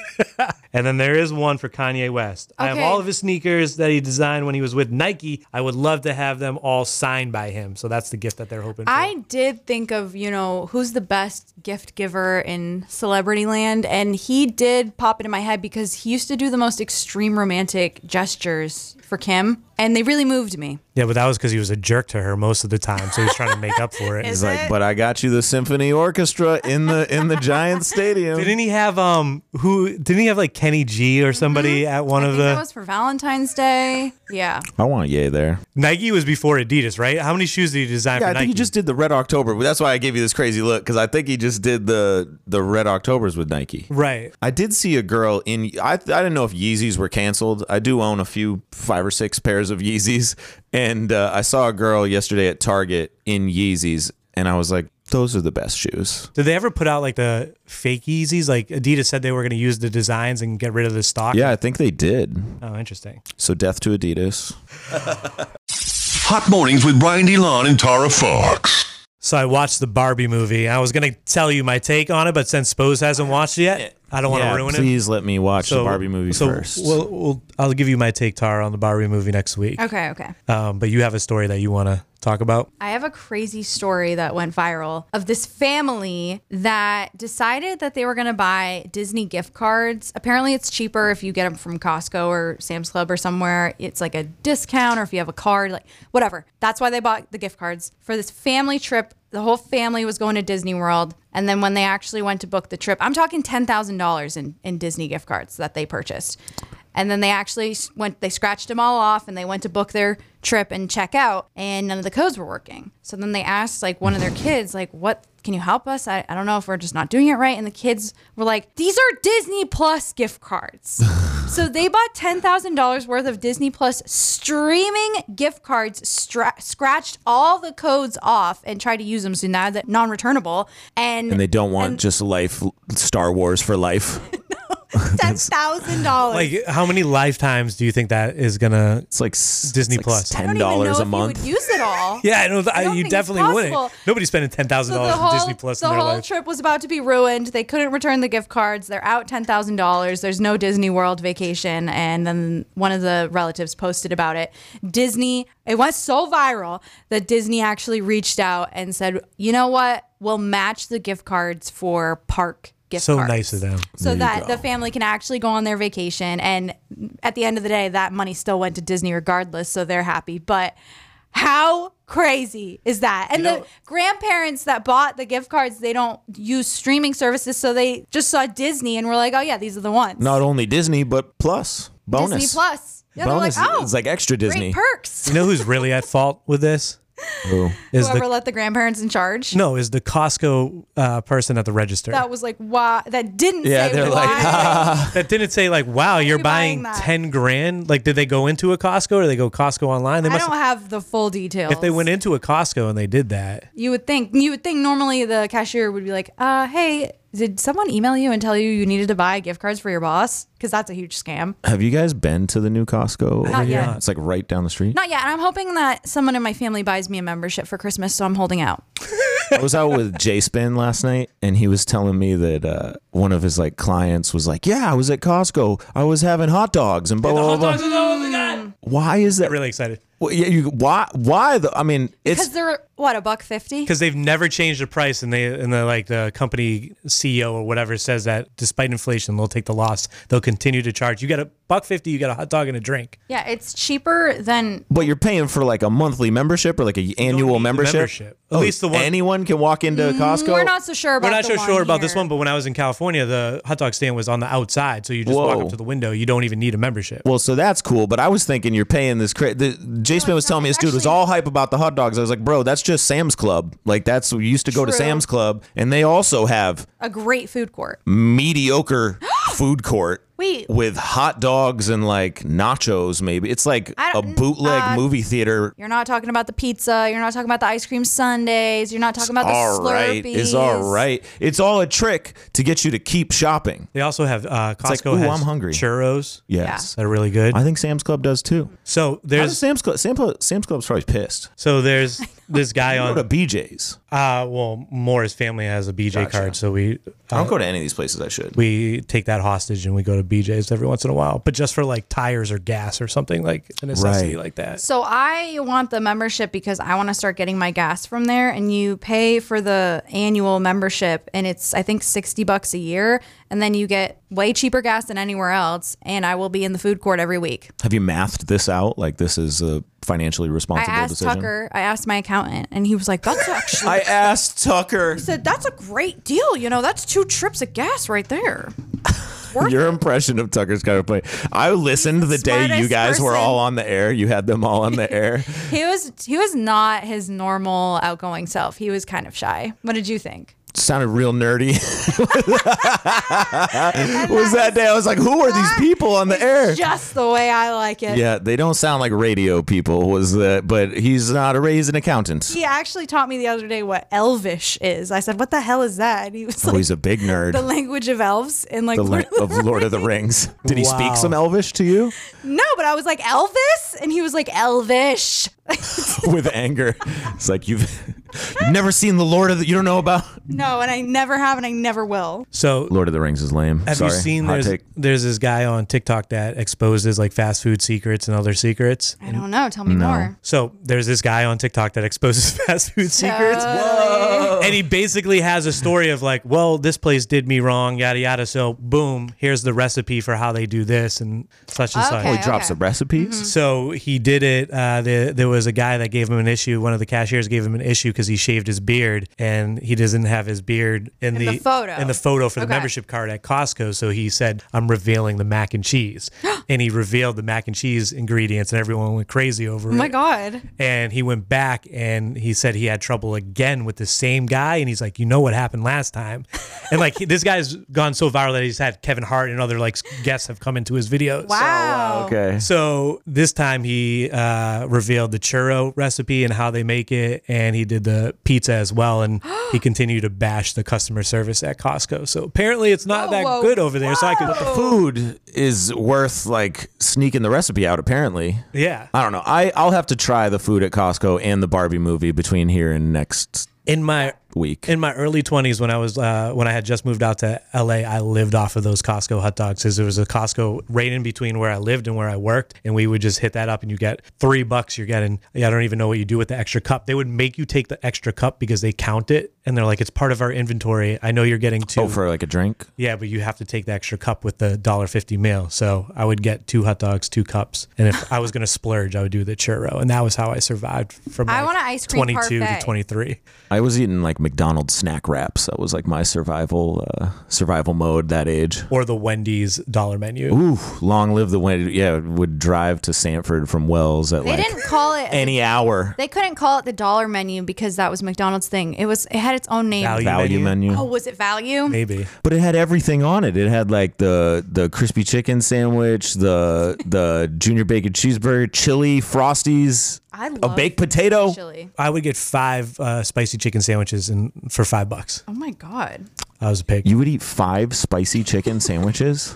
D: And then there is one for Kanye West. I have
F: Okay.
D: all of his sneakers that he designed when he was with Nike. I would love to have them all signed by him. So that's the gift that they're hoping for.
F: I did think of, you know, who's the best gift giver in celebrity land. And he did pop into my head because he used to do the most extreme romantic gestures for Kim. And they really moved me.
D: yeah, but that was because he was a jerk to her most of the time. So he's trying to make up
F: *laughs*
D: for it.
E: He's like, but I got you the symphony orchestra in the in the Giants Stadium.
D: Didn't he have um who didn't he have like Kenny G or somebody at
F: Mm-hmm.
D: one
F: I
D: of
F: think that
D: the
F: was for Valentine's Day. Yeah.
E: I want Ye there.
D: Nike was before Adidas, right? How many shoes did he design
E: Yeah,
D: for
E: I think
D: Nike?
E: he just did the Red October. That's why I gave you this crazy look because I think he just did the the Red Octobers with Nike.
D: right.
E: I did see a girl in. I I didn't know if Yeezys were canceled. I do own a few five or six pairs of Yeezys, and uh, I saw a girl yesterday at Target in Yeezys, and I was like, "Those are the best shoes."
D: Did they ever put out like the fake Yeezys? Like Adidas said they were going to use the designs and get rid of the stock.
E: Yeah, I think they did.
D: Oh, interesting.
E: So death to Adidas.
A: Hot mornings with Brian DeLon and Tara Fox.
D: So I watched the Barbie movie. I was going to tell you my take on it, but since Spose hasn't watched it yet, I don't want to
E: Yeah,
D: ruin it.
E: please let me watch the Barbie movie
D: so
E: 1st
D: We'll, we'll, I'll give you my take, Tara, on the Barbie movie next week.
F: Okay. Okay.
D: Um, but you have a story that you want to talk about.
F: I have a crazy story that went viral of this family that decided that they were going to buy Disney gift cards. Apparently, it's cheaper if you get them from Costco or Sam's Club or somewhere. It's like a discount, or if you have a card, like whatever. That's why they bought the gift cards for this family trip. The whole family was going to Disney World. And then when they actually went to book the trip, I'm talking $10,000 in, in Disney gift cards that they purchased. And then they actually s- went, they scratched them all off and they went to book their trip and check out, and none of the codes were working. So then they asked, like, one of their kids, like, what can you help us? I, I don't know if we're just not doing it right. And the kids were like, these are Disney Plus gift cards. so they bought $10,000 worth of Disney Plus streaming gift cards, stra- scratched all the codes off, and tried to use them. So now that non returnable. And,
E: and they don't want just life Star Wars for life.
F: $10,000.
D: Like, how many lifetimes do you think that is going to?
E: It's like s-
D: Disney
E: it's like
D: Plus. I
E: ten dollars a month.
F: You would use it all.
D: *laughs* Yeah, I know.
F: I don't
D: you
F: think it's
D: definitely wouldn't.
F: possible.
D: Nobody's spending ten thousand dollars on Disney Plus
F: the
D: in their
F: whole
D: life.
F: trip was about to be ruined. They couldn't return the gift cards. They're out ten thousand dollars. There's no Disney World vacation. And then one of the relatives posted about it. Disney. It went so viral that Disney actually reached out and said, "You know what? We'll match the gift cards for park." Gift
D: so
F: cards
D: nice of them.
F: so that the family can actually go on their vacation and at the end of the day that money still went to disney regardless so they're happy but how crazy is that and the grandparents that bought the gift cards they don't use streaming services so they just saw disney and were like oh yeah these are the ones
E: Not only Disney, but plus bonus.
F: disney plus yeah they're like
E: bonus.
F: oh
E: it's like extra Disney.
F: great perks
E: *laughs*
D: You know who's really at fault with this? Is
F: whoever
D: the
F: let the grandparents in charge
D: no is the Costco uh, person at the register
F: that was like why that didn't
E: Yeah,
F: say
E: they're
F: why.
D: *laughs*
E: like, *laughs*
D: that didn't say like wow you're
F: you
D: buying,
F: buying that?
D: ten grand like did they go into a Costco or they go Costco online they
F: i
D: must
F: don't have the full details
D: if they went into a Costco and they did that
F: You would think you would think normally the cashier would be like, uh, "Hey, Did someone email you and tell you you needed to buy gift cards for your boss? Because that's a huge scam.
E: Have you guys been to the new Costco? over
F: Not
E: here?
F: yet.
E: It's like right down the street.
F: Not yet. And I'm hoping that someone in my family buys me a membership for Christmas, so I'm holding out.
E: I was
F: *laughs*
E: out with J Spin last night, and he was telling me that uh, one of his like clients was like, "Yeah, I was at Costco. I was having hot dogs and blah blah blah." blah." Why is that?
D: really excited
E: Well, yeah, you why why the? I mean,
F: Because
E: it's
F: they're what a buck fifty.
D: because they've never changed the price, and they and the like the company CEO or whatever says that despite inflation, they'll take the loss. They'll continue to charge. You got a buck fifty. You got a hot dog and a drink.
F: Yeah, it's cheaper than
E: but you're paying for like a monthly membership or like an
D: need
E: annual
D: the
E: membership. Oh,
D: membership. At least the one-
E: anyone can walk into Costco.
F: Mm, we're not so sure about.
D: We're not
F: the
D: so
F: one
D: sure about this
F: here.
D: one, but when I was in California, the hot dog stand was on the outside, so you just walk
E: Whoa.
D: up to the window. You don't even need a membership.
E: Well, so that's cool, but I was thinking you're paying this. Cra- the, J Spin was
F: not.
E: telling me this
F: It's
E: dude was
F: actually-
E: all hype about the hot dogs. I was like, bro, that's just Sam's Club. Like that's we used to go to
F: True.
E: Sam's Club, and they also have
F: a great food court. *gasps*
E: mediocre food court.
F: Wait.
E: with hot dogs and like nachos, maybe it's like
F: I
E: a
F: don't-
E: bootleg
F: uh,
E: movie theater.
F: You're not talking about the pizza. You're not talking about the ice cream sundaes. You're not talking about the
E: All
F: Slurpees.
E: right, it's all right. It's all a trick to get you to keep shopping.
D: They also have uh, Costco
E: like, ooh,
D: has
E: I'm hungry.
D: churros.
E: Yes,
D: They're really good.
E: I think Sam's Club does too.
D: So
E: How does
D: there's
E: Sam's Club? Sam's, Club- Sam's Club's probably pissed.
D: so there's this
E: *laughs*
D: guy
E: I go to
D: on
E: BJ's.
D: uh well Moore's family has a BJ card, so we
E: I
D: uh,
E: don't go to any of these places. I should.
D: we take that hostage and we go to BJ's every once in a while, but just for like tires or gas or something like a necessity
E: Right.
D: like that.
F: So I want the membership because I want to start getting my gas from there and you pay for the annual membership and it's I think 60 bucks a year and then you get way cheaper gas than anywhere else and I will be in the food court every week.
E: Have you mathed this out? Like this is a financially
F: I
E: responsible
F: asked
E: decision.
F: Tucker, I asked my accountant and he was like
E: *laughs*
F: that's actually
E: I asked Tucker.
F: said that's a great deal, you know, that's two trips of gas right
E: *laughs*
F: there. It's worth
E: Your
F: it.
E: impression of Tucker's kind of play. I listened
F: He's the
E: the day you
F: smartest
E: guys were
F: person.
E: all on the air. You had them all on the air.
F: He was he was not his normal outgoing self. He was kind of shy. What did you think?
E: *laughs* Sounded real *laughs* nerdy. *laughs* was that day? I was like, who are these people on the air?
F: Just the way I like it.
E: Yeah, they don't sound like radio people. Was that? But he's not a raised an accountant.
F: He actually taught me the other day what elvish is. I said, "What the hell is that?" And he was
E: Oh,
F: like,
E: he's a big nerd.
F: "The language of elves." And like, *laughs*
E: The Lord
F: Lord of
E: of Lord of the Rings. Did he
D: Wow.
E: speak some Elvish
D: *laughs*
E: to you?
F: the- no, but I was like, "Elvis," and he was like, "Elvish." *laughs*
E: with anger. It's like you've, *laughs* you've never seen the Lord of the. You don't know about
F: no, and I never have, and I never will.
D: So
E: Lord of the Rings is lame.
D: have you seen there's there's this guy on TikTok that exposes like fast food secrets and other secrets?
F: I don't know. Tell me more.
D: So there's this guy on TikTok that exposes *laughs* fast food secrets. And he basically has a story of like, well, this place did me wrong, yada yada. So boom, here's the recipe for how they do this and such and
F: Okay.
D: such.
E: He drops
F: Okay.
E: the recipes.
D: So he did it. Uh, the, there was a guy that gave him an issue. One of the cashiers gave him an issue because he shaved his beard and he doesn't have his beard in,
F: the photo.
D: in the photo for the
F: Okay.
D: membership card at Costco. So he said, "I'm revealing the mac and
F: *gasps*
D: cheese," and he revealed the mac and cheese ingredients, and everyone went crazy over
F: Oh
D: it
F: my god.
D: and he went back and he said he had trouble again with the same guy and he's like you know what happened last time and like *laughs* he- this guy's gone so viral that he's had kevin hart and other like guests have come into his videos
F: Wow.
E: uh, Okay.
D: so this time he uh, revealed the churro recipe and how they make it and he did the pizza as well and
F: *gasps*
D: he continued to bash the customer service at costco so apparently it's not
F: Whoa,
D: that
F: whoa,
D: good over there so i could
E: Food is worth like sneaking the recipe out. Apparently,
D: yeah
E: I don't know. I I'll have to try the food at Costco and the Barbie movie between here and next
D: in my
E: week.
D: In my early 20s, when I was uh, when I had just moved out to LA, I lived off of those Costco hot dogs because there was a Costco right in between where I lived and where I worked, and we would just hit that up, and you get three bucks. You're getting I don't even know what you do with the extra cup. They would make you take the extra cup because they count it, and they're like, it's part of our inventory. I know you're getting two,
E: oh, for like a drink.
D: yeah, but you have to take the extra cup with the dollar fifty meal. So I would get two hot dogs, two cups, and if I was
F: *laughs*
D: gonna splurge, I would do the churro, and that was how I survived from
F: I
D: like
F: want an ice cream
D: 22
F: parfait.
D: to 23.
E: I was eating like McDonald's snack wraps. That was like my survival uh, survival mode that age.
D: or the Wendy's dollar menu.
E: Ooh, long live the wind. Yeah, would drive to Sanford from Wells at
F: They
E: like
F: didn't call it.
E: any hour.
F: they couldn't call it the dollar menu because that was McDonald's thing. It was. It had its own name.
D: Value.
E: Value menu.
F: Oh, was it value?
D: Maybe.
E: But it had everything on it. It had like the the crispy chicken sandwich, the
F: *laughs*
E: the junior bacon cheeseburger, chili, frosties,
F: I love
E: a baked
F: Oh.
E: potato.
F: Chili.
D: I would get five uh, spicy chicken sandwiches and for five bucks.
F: Oh my god.
D: I was a pig.
E: You would eat five spicy
F: *laughs*
E: chicken sandwiches?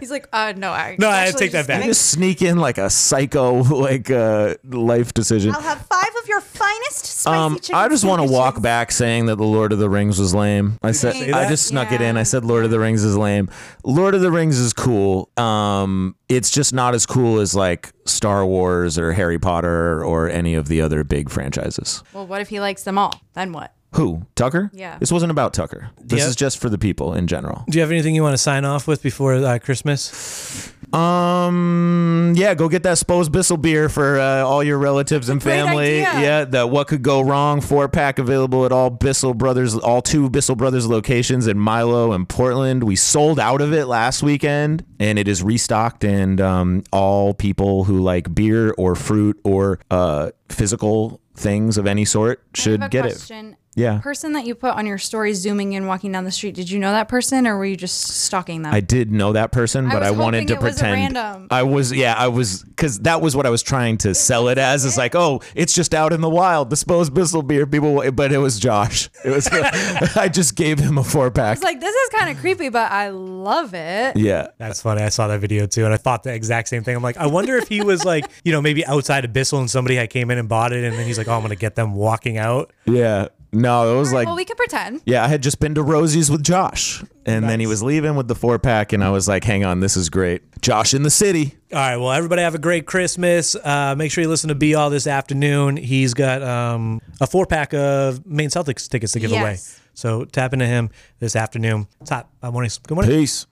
F: He's like, uh, no, I
D: No, I
F: actually
D: take that
F: just
D: back.
F: kidding.
E: You just sneak in like a psycho, *laughs* like uh, life decision.
F: I'll have five of your finest spicy
E: Um,
F: chicken.
E: I just want to
F: sandwiches.
E: walk back saying that the Lord of the Rings was lame. I said
F: say
E: I
F: that?
E: just snuck it
F: Yeah.
E: in. I said Lord of the Rings is lame. Lord of the Rings is cool. Um, it's just not as cool as like Star Wars or Harry Potter or any of the other big franchises.
F: Well, what if he likes them all? Then what?
E: Who Tucker?
F: Yeah.
E: This wasn't about Tucker. This
D: Yep.
E: is just for the people in general.
D: Do you have anything you want to sign off with before uh, Christmas?
E: Um. Yeah. Go get that Spose Bissell beer for uh, all your relatives and
F: great
E: family.
F: idea.
E: Yeah. That what could go wrong four pack available at all Bissell Brothers, all two Bissell Brothers locations in Milo and Portland. We sold out of it last weekend, and it is restocked. And um, all people who like beer or fruit or uh, physical things of any sort should
F: I have a
E: get it.
F: question.
E: Yeah.
F: Person that you put on your story zooming in, walking down the street, did you know that person or were you just stalking them?
E: I did know that person,
F: I
E: but
F: was
E: I,
F: hoping
E: wanted to
F: it was a
E: pretend
F: random.
E: I was. Yeah, I was because that was what I was trying to sell it as. It's like, oh, it's just out in the wild, disposed Bissell beer. People, wa- but it was Josh. It was. *laughs* I just gave him a four pack.
F: It's like, this is kind of creepy, but I love it.
E: yeah.
D: That's funny. I saw that video too, and I thought the exact same thing. I'm like, I wonder if he was like, *laughs* you know, maybe outside of Bissell and somebody had came in and bought it, and then he's like, oh, I'm gonna get them walking out.
E: Yeah. No, it was like.
F: well, we could pretend.
E: yeah, I had just been to Rosie's with Josh, and then he was leaving with the four pack, and I was like, "Hang on, this is great." Josh in the city.
D: All right. Well, everybody have a great Christmas. Uh, make sure you listen to B all this afternoon. He's got um, a four pack of Maine Celtics tickets to give away.
F: Yes.
D: So tap into him this afternoon. Top. Good morning. Good morning.
E: Peace.